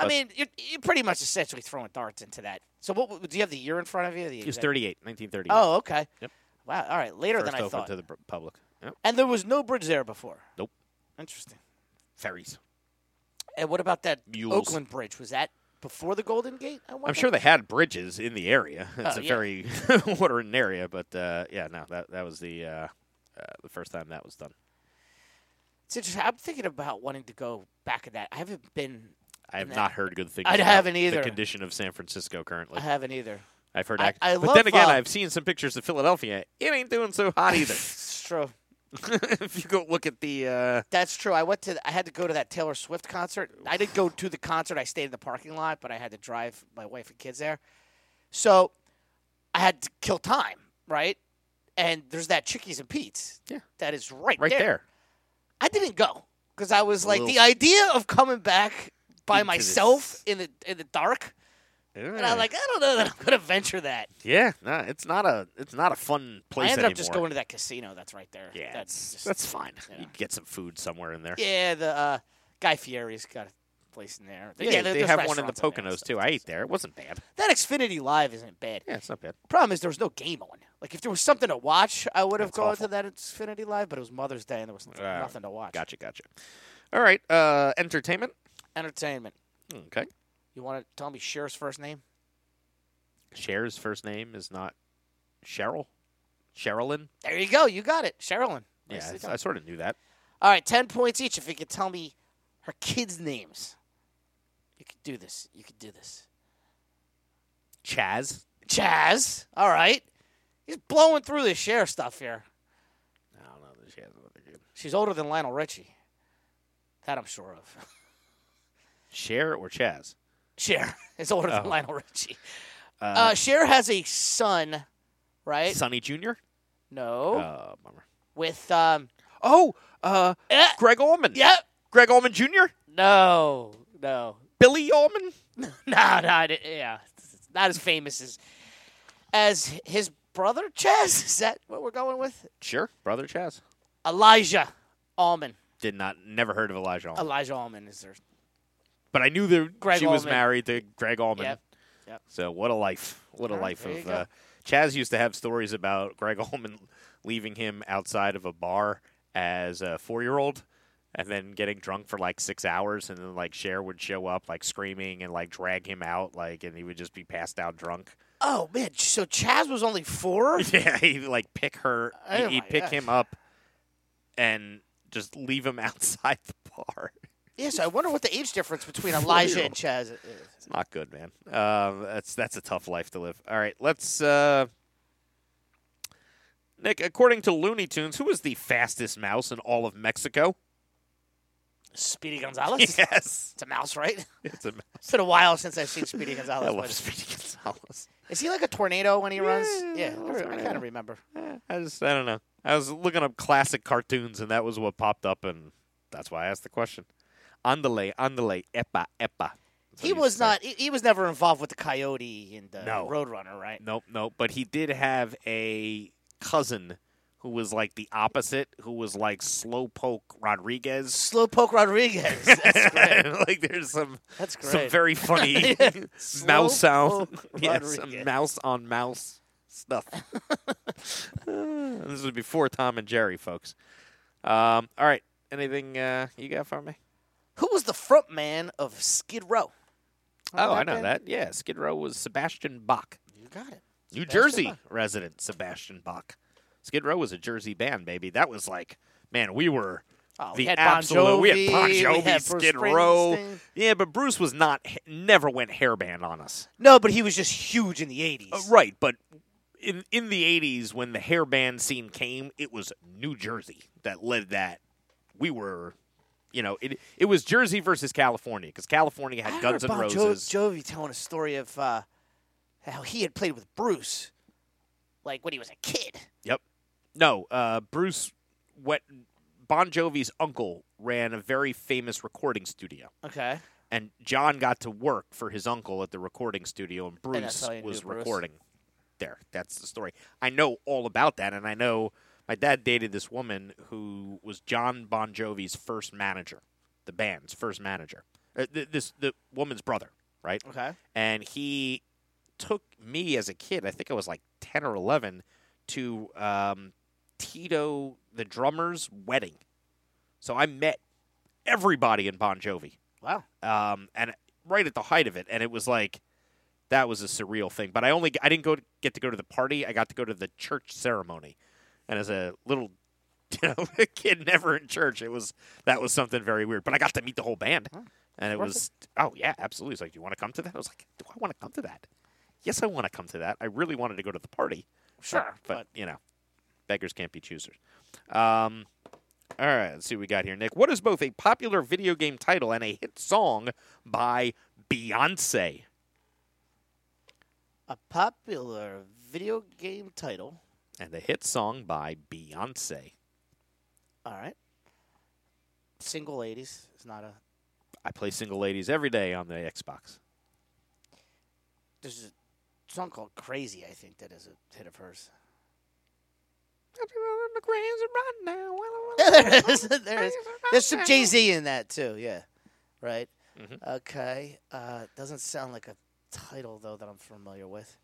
[SPEAKER 4] I
[SPEAKER 3] But-
[SPEAKER 4] mean, you're, you're pretty much essentially throwing darts into that. So, what w- do you have the year in front of you? The
[SPEAKER 3] It was
[SPEAKER 4] exact-
[SPEAKER 3] 38, 1938.
[SPEAKER 4] Oh, okay.
[SPEAKER 3] Yep.
[SPEAKER 4] Wow. All right. Later
[SPEAKER 3] First
[SPEAKER 4] than I
[SPEAKER 3] open
[SPEAKER 4] thought.
[SPEAKER 3] to the pr- public. Yep.
[SPEAKER 4] and there was no bridge there before.
[SPEAKER 3] Nope.
[SPEAKER 4] Interesting.
[SPEAKER 3] Ferries.
[SPEAKER 4] And what about that
[SPEAKER 3] Mules.
[SPEAKER 4] Oakland Bridge? Was that before the Golden Gate? I
[SPEAKER 3] I'm sure they had bridges in the area. It's
[SPEAKER 4] Oh,
[SPEAKER 3] a
[SPEAKER 4] yeah.
[SPEAKER 3] very watering area, but uh, yeah, no, that that was the uh, uh, the first time that was done.
[SPEAKER 4] It's interesting. I'm thinking about wanting to go back in that. I haven't been.
[SPEAKER 3] I have
[SPEAKER 4] And
[SPEAKER 3] not
[SPEAKER 4] that-
[SPEAKER 3] heard good things.
[SPEAKER 4] I
[SPEAKER 3] about
[SPEAKER 4] haven't either.
[SPEAKER 3] The condition of San Francisco currently.
[SPEAKER 4] I haven't either.
[SPEAKER 3] I've heard.
[SPEAKER 4] I-
[SPEAKER 3] ac-
[SPEAKER 4] I
[SPEAKER 3] but
[SPEAKER 4] love,
[SPEAKER 3] then again,
[SPEAKER 4] uh,
[SPEAKER 3] I've seen some pictures of Philadelphia. It ain't doing so hot either.
[SPEAKER 4] It's true.
[SPEAKER 3] if you go look at the, uh,
[SPEAKER 4] That's true. I went to. I had to go to that Taylor Swift concert. I didn't go to the concert. I stayed in the parking lot, but I had to drive my wife and kids there. So I had to kill time, right? And there's that Chickies and Pete's.
[SPEAKER 3] Yeah.
[SPEAKER 4] That is right,
[SPEAKER 3] right there,
[SPEAKER 4] I didn't go because I was like
[SPEAKER 3] little-
[SPEAKER 4] the idea of coming back by
[SPEAKER 3] Into
[SPEAKER 4] myself
[SPEAKER 3] this.
[SPEAKER 4] in the in the dark, and
[SPEAKER 3] Yeah.
[SPEAKER 4] I'm like, I don't know that I'm gonna venture that.
[SPEAKER 3] yeah, no, it's not a, it's not a fun
[SPEAKER 4] I
[SPEAKER 3] place
[SPEAKER 4] ended
[SPEAKER 3] anymore.
[SPEAKER 4] up just going to that casino that's right there.
[SPEAKER 3] yeah,
[SPEAKER 4] that's
[SPEAKER 3] that's
[SPEAKER 4] just,
[SPEAKER 3] that's fine.
[SPEAKER 4] yeah.
[SPEAKER 3] You can get some food somewhere in there.
[SPEAKER 4] yeah. The uh, Guy Fieri's got a place in there.
[SPEAKER 3] Yeah,
[SPEAKER 4] there-
[SPEAKER 3] they
[SPEAKER 4] there's
[SPEAKER 3] have one in the
[SPEAKER 4] restaurants there and
[SPEAKER 3] Poconos
[SPEAKER 4] stuff.
[SPEAKER 3] too. I ate there. It wasn't bad.
[SPEAKER 4] That Xfinity Live isn't bad.
[SPEAKER 3] Yeah, it's not bad.
[SPEAKER 4] Problem is, there was no game on. Like, if there was something to watch, I would have
[SPEAKER 3] That's
[SPEAKER 4] gone
[SPEAKER 3] awful.
[SPEAKER 4] to that Xfinity Live, but it was Mother's Day and there was nothing,
[SPEAKER 3] Ah,
[SPEAKER 4] nothing to watch.
[SPEAKER 3] Gotcha, gotcha. All right, uh, entertainment.
[SPEAKER 4] Entertainment.
[SPEAKER 3] Okay.
[SPEAKER 4] You want to tell me Cher's first name?
[SPEAKER 3] Cher's first name is not Cheryl. Sherilyn.
[SPEAKER 4] There you go. You got it. Sherilyn.
[SPEAKER 3] Yeah,
[SPEAKER 4] Nicely
[SPEAKER 3] I,
[SPEAKER 4] done.
[SPEAKER 3] I sort of knew that.
[SPEAKER 4] All right, 10 points each if you could tell me her kids' names. You could do this. You could do this.
[SPEAKER 3] Chaz.
[SPEAKER 4] Chaz. All right. He's blowing through the share stuff here.
[SPEAKER 3] I don't know. She has another kid.
[SPEAKER 4] She's older than Lionel Richie. That I'm sure of.
[SPEAKER 3] Cher or Chaz?
[SPEAKER 4] Cher is older than
[SPEAKER 3] Oh.
[SPEAKER 4] Lionel Richie.
[SPEAKER 3] Uh,
[SPEAKER 4] Uh, Cher has a son, right?
[SPEAKER 3] Sonny Jr.
[SPEAKER 4] No.
[SPEAKER 3] Uh, bummer.
[SPEAKER 4] With, um,
[SPEAKER 3] Oh, uh,
[SPEAKER 4] eh,
[SPEAKER 3] Greg Allman.
[SPEAKER 4] yep.
[SPEAKER 3] Greg Allman Jr.
[SPEAKER 4] No, no.
[SPEAKER 3] Billy Allman.
[SPEAKER 4] No, no, it- yeah, it's not as famous as as his brother Chaz. Is that what we're going with?
[SPEAKER 3] Sure, brother Chaz.
[SPEAKER 4] Elijah Alman.
[SPEAKER 3] Did not, never heard of Elijah Allman,
[SPEAKER 4] Elijah Alman is there.
[SPEAKER 3] but I knew that
[SPEAKER 4] Greg
[SPEAKER 3] she was
[SPEAKER 4] Allman.
[SPEAKER 3] married to Greg Allman.
[SPEAKER 4] Yep, yep.
[SPEAKER 3] So what a life! What a
[SPEAKER 4] All right,
[SPEAKER 3] life
[SPEAKER 4] there you
[SPEAKER 3] of.
[SPEAKER 4] go.
[SPEAKER 3] Uh, Chaz used to have stories about Greg Allman leaving him outside of a bar as a four-year-old. And then getting drunk for like six hours, and then like Cher would show up, like screaming, and like drag him out, like, and he would just be passed out drunk.
[SPEAKER 4] Oh man, so Chaz was only four.
[SPEAKER 3] Yeah, he'd like pick her.
[SPEAKER 4] Oh
[SPEAKER 3] he'd
[SPEAKER 4] my
[SPEAKER 3] pick
[SPEAKER 4] gosh.
[SPEAKER 3] him up and just leave him outside the bar.
[SPEAKER 4] yeah, so I wonder what the age difference between Elijah and Chaz is.
[SPEAKER 3] It's not good, man. Um, that's that's a tough life to live. All right, let's. Uh, Nick, according to Looney Tunes, who was the fastest mouse in all of Mexico?
[SPEAKER 4] Speedy Gonzalez.
[SPEAKER 3] Yes,
[SPEAKER 4] It's a mouse, right?
[SPEAKER 3] it's a mouse.
[SPEAKER 4] It's been a while since I've seen Speedy
[SPEAKER 3] I
[SPEAKER 4] Gonzalez.
[SPEAKER 3] love
[SPEAKER 4] but
[SPEAKER 3] Speedy Gonzalez.
[SPEAKER 4] is he like a tornado when he runs?
[SPEAKER 3] yeah,
[SPEAKER 4] Yeah,
[SPEAKER 3] a
[SPEAKER 4] I,
[SPEAKER 3] tornado.
[SPEAKER 4] kind of remember.
[SPEAKER 3] Eh, I just I don't know. I was looking up classic cartoons, and that was what popped up, and that's why I asked the question. Andale, andale, epa, epa. That's what
[SPEAKER 4] He
[SPEAKER 3] used to
[SPEAKER 4] was
[SPEAKER 3] say.
[SPEAKER 4] not. He, he was never involved with the Coyote and the
[SPEAKER 3] No.
[SPEAKER 4] Roadrunner, right?
[SPEAKER 3] Nope, nope. But he did have a cousin who was like the opposite, who was like slowpoke Rodriguez.
[SPEAKER 4] Slowpoke Rodriguez. That's great.
[SPEAKER 3] like there's some
[SPEAKER 4] That's
[SPEAKER 3] some
[SPEAKER 4] great.
[SPEAKER 3] very funny mouse sound.
[SPEAKER 4] Slowpoke
[SPEAKER 3] yeah, some
[SPEAKER 4] Rodriguez.
[SPEAKER 3] mouse on mouse stuff. Uh, this was before Tom and Jerry, folks. Um, all right. Anything uh, you got for me?
[SPEAKER 4] Who was the front man of Skid Row?
[SPEAKER 3] Oh, I
[SPEAKER 4] that
[SPEAKER 3] know
[SPEAKER 4] band?
[SPEAKER 3] that. Yeah, Skid Row was Sebastian Bach,
[SPEAKER 4] You got it.
[SPEAKER 3] New
[SPEAKER 4] Sebastian
[SPEAKER 3] Jersey
[SPEAKER 4] Bach.
[SPEAKER 3] resident Sebastian Bach. Skid Row was a Jersey band, baby. That was like, man, we were
[SPEAKER 4] Oh, we
[SPEAKER 3] the
[SPEAKER 4] had Bon
[SPEAKER 3] absolute. we had Bon
[SPEAKER 4] Jovi, we
[SPEAKER 3] Jovi,
[SPEAKER 4] had Bruce
[SPEAKER 3] Skid Row.
[SPEAKER 4] Springsteen.
[SPEAKER 3] Yeah, but Bruce was not never went hairband on us.
[SPEAKER 4] No, but he was just huge in the '80s.
[SPEAKER 3] Uh, right, but in in the '80s, when the hair band scene came, it was New Jersey that led that. We were, you know, it it was Jersey versus California because California
[SPEAKER 4] I
[SPEAKER 3] had
[SPEAKER 4] remember
[SPEAKER 3] Guns N'
[SPEAKER 4] Bon Jo-
[SPEAKER 3] Roses.
[SPEAKER 4] Jovi telling a story of uh, how he had played with Bruce, like when he was a kid.
[SPEAKER 3] Yep. No, uh, Bruce, what Bon Jovi's uncle ran a very famous recording studio.
[SPEAKER 4] Okay.
[SPEAKER 3] And John got to work for his uncle at the recording studio, and
[SPEAKER 4] that's
[SPEAKER 3] Bruce
[SPEAKER 4] how you
[SPEAKER 3] was
[SPEAKER 4] knew Bruce.
[SPEAKER 3] recording there. That's the story. I know all about that, and I know my dad dated this woman who was John Bon Jovi's first manager, the band's first manager. Uh, th- this the woman's brother, right?
[SPEAKER 4] Okay.
[SPEAKER 3] and he took me as a kid. I think I was like ten or eleven to um, Tito the drummer's wedding. So I met everybody in Bon Jovi,
[SPEAKER 4] Wow.
[SPEAKER 3] um, and right at the height of it, and it was like that was a surreal thing. But I only I didn't go to, get to go to the party. I got to go to the church ceremony, and as a little you know kid, never in church, it was that was something very weird. But I got to meet the whole band, and it
[SPEAKER 4] worth
[SPEAKER 3] was oh yeah, absolutely. It's like, do you want to come to that? I was like, do I want to come to that? Yes, I want to come to that. I really wanted to go to the party.
[SPEAKER 4] Sure,
[SPEAKER 3] but, you know, beggars can't be choosers. Um, all right, let's see what we got here, Nick. What is both a popular video game title and a hit song by Beyonce?
[SPEAKER 4] A popular video game title.
[SPEAKER 3] And a hit song by Beyonce.
[SPEAKER 4] All right. Single ladies is not a.
[SPEAKER 3] I play Single Ladies every day on the Xbox.
[SPEAKER 4] There's a song called "Crazy." I think that is a hit of hers. Yeah, there is. There is. There's some Jay Z in that too. Yeah. Right.
[SPEAKER 3] Mhm.
[SPEAKER 4] Okay. Uh, doesn't sound like a title though that I'm familiar with.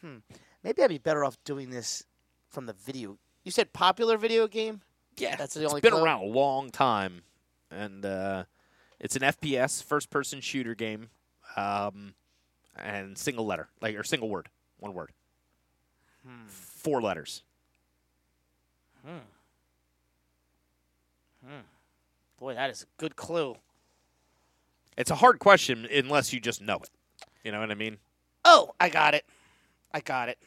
[SPEAKER 4] Hmm. Maybe I'd be better off doing this from the video. You said popular video game.
[SPEAKER 3] Yeah,
[SPEAKER 4] That's the
[SPEAKER 3] it's
[SPEAKER 4] only
[SPEAKER 3] been
[SPEAKER 4] clue.
[SPEAKER 3] around a long time, and uh, it's an FPS first-person shooter game, um, and single letter, like or single word, one word,
[SPEAKER 4] Hmm.
[SPEAKER 3] four letters.
[SPEAKER 4] Boy, that is a good clue.
[SPEAKER 3] It's a hard question unless you just know it. You know what I mean?
[SPEAKER 4] Oh, I got it. I got it.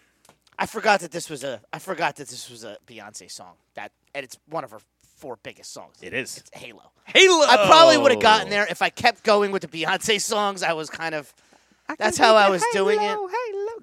[SPEAKER 4] I forgot that this was a. I forgot that this was a Beyonce song. That and it's one of her four biggest songs.
[SPEAKER 3] It is.
[SPEAKER 4] It's Halo.
[SPEAKER 3] Halo.
[SPEAKER 4] I probably would have gotten there if I kept going with the Beyonce songs. I was kind of. That's how I was doing it.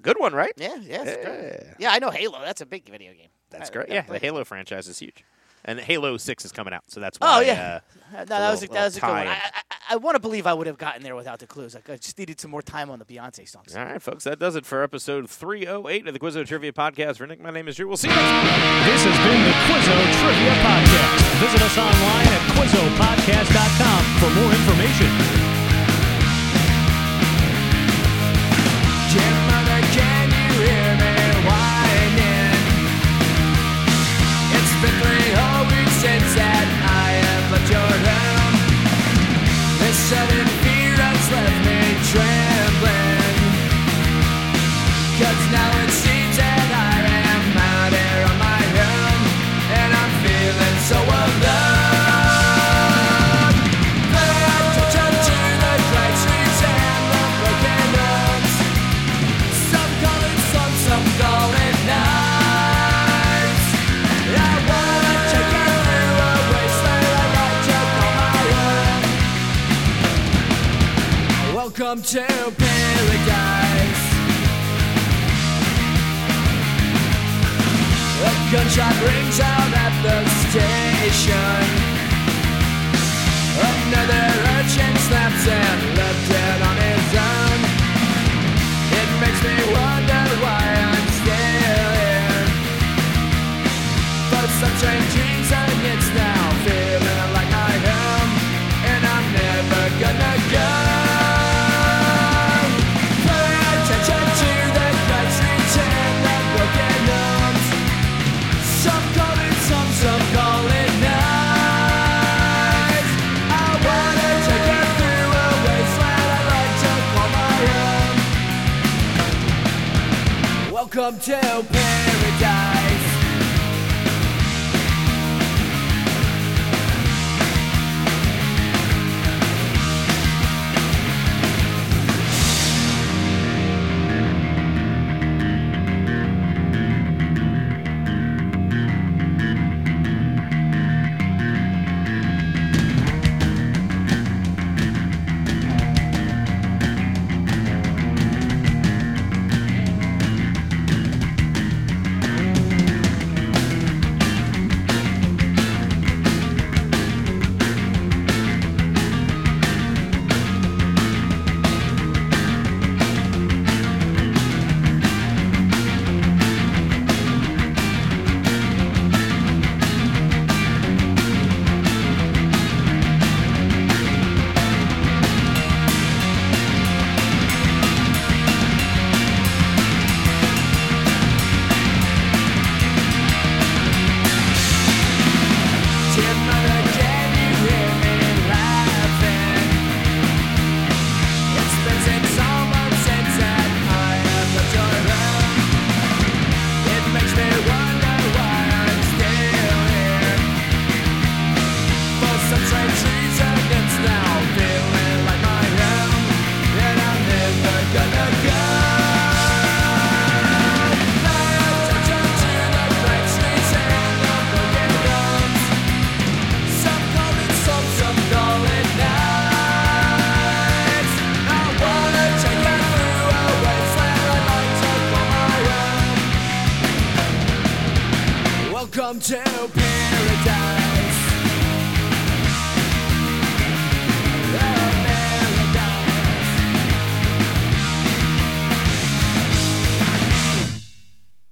[SPEAKER 3] Good one, right?
[SPEAKER 4] Yeah, yeah, it's great.
[SPEAKER 3] Yeah.
[SPEAKER 4] yeah. I know Halo. That's a big video game.
[SPEAKER 3] That's
[SPEAKER 4] I-
[SPEAKER 3] great.
[SPEAKER 4] I
[SPEAKER 3] Yeah, the
[SPEAKER 4] played-
[SPEAKER 3] Halo franchise is huge, and Halo Six is coming out, so that's why.
[SPEAKER 4] Oh yeah,
[SPEAKER 3] uh,
[SPEAKER 4] Uh, no, that was a,
[SPEAKER 3] little-
[SPEAKER 4] that was a good one.
[SPEAKER 3] tie-in.
[SPEAKER 4] I, I, I want to believe I would have gotten there without the clues. Like, I just needed some more time on the Beyonce songs.
[SPEAKER 3] uh, All right, folks, that does it for episode 308 of the Quizzo Trivia Podcast. For Nick, my name is Drew. We'll see you next
[SPEAKER 2] This has been the Quizzo Trivia Podcast. Visit us online at quizzopodcast.com for more information.
[SPEAKER 5] Cause now it seems that I am out there on my own And I'm feeling so alone But I don't turn the bright streets and the broken homes Some call it sun, some call it night I wanna take you through a wasteland I'd like to call my own Welcome to paradise A gunshot rings out at the station. Another urchin snaps and left it on his own. It makes me wonder why I'm still here. But some strange dreams and it's now feeling like my home, and I'm never gonna go. Pay attention to the cut streets and the broken homes. Some call it some, some call it now. Welcome to paradise. Welcome to paradise.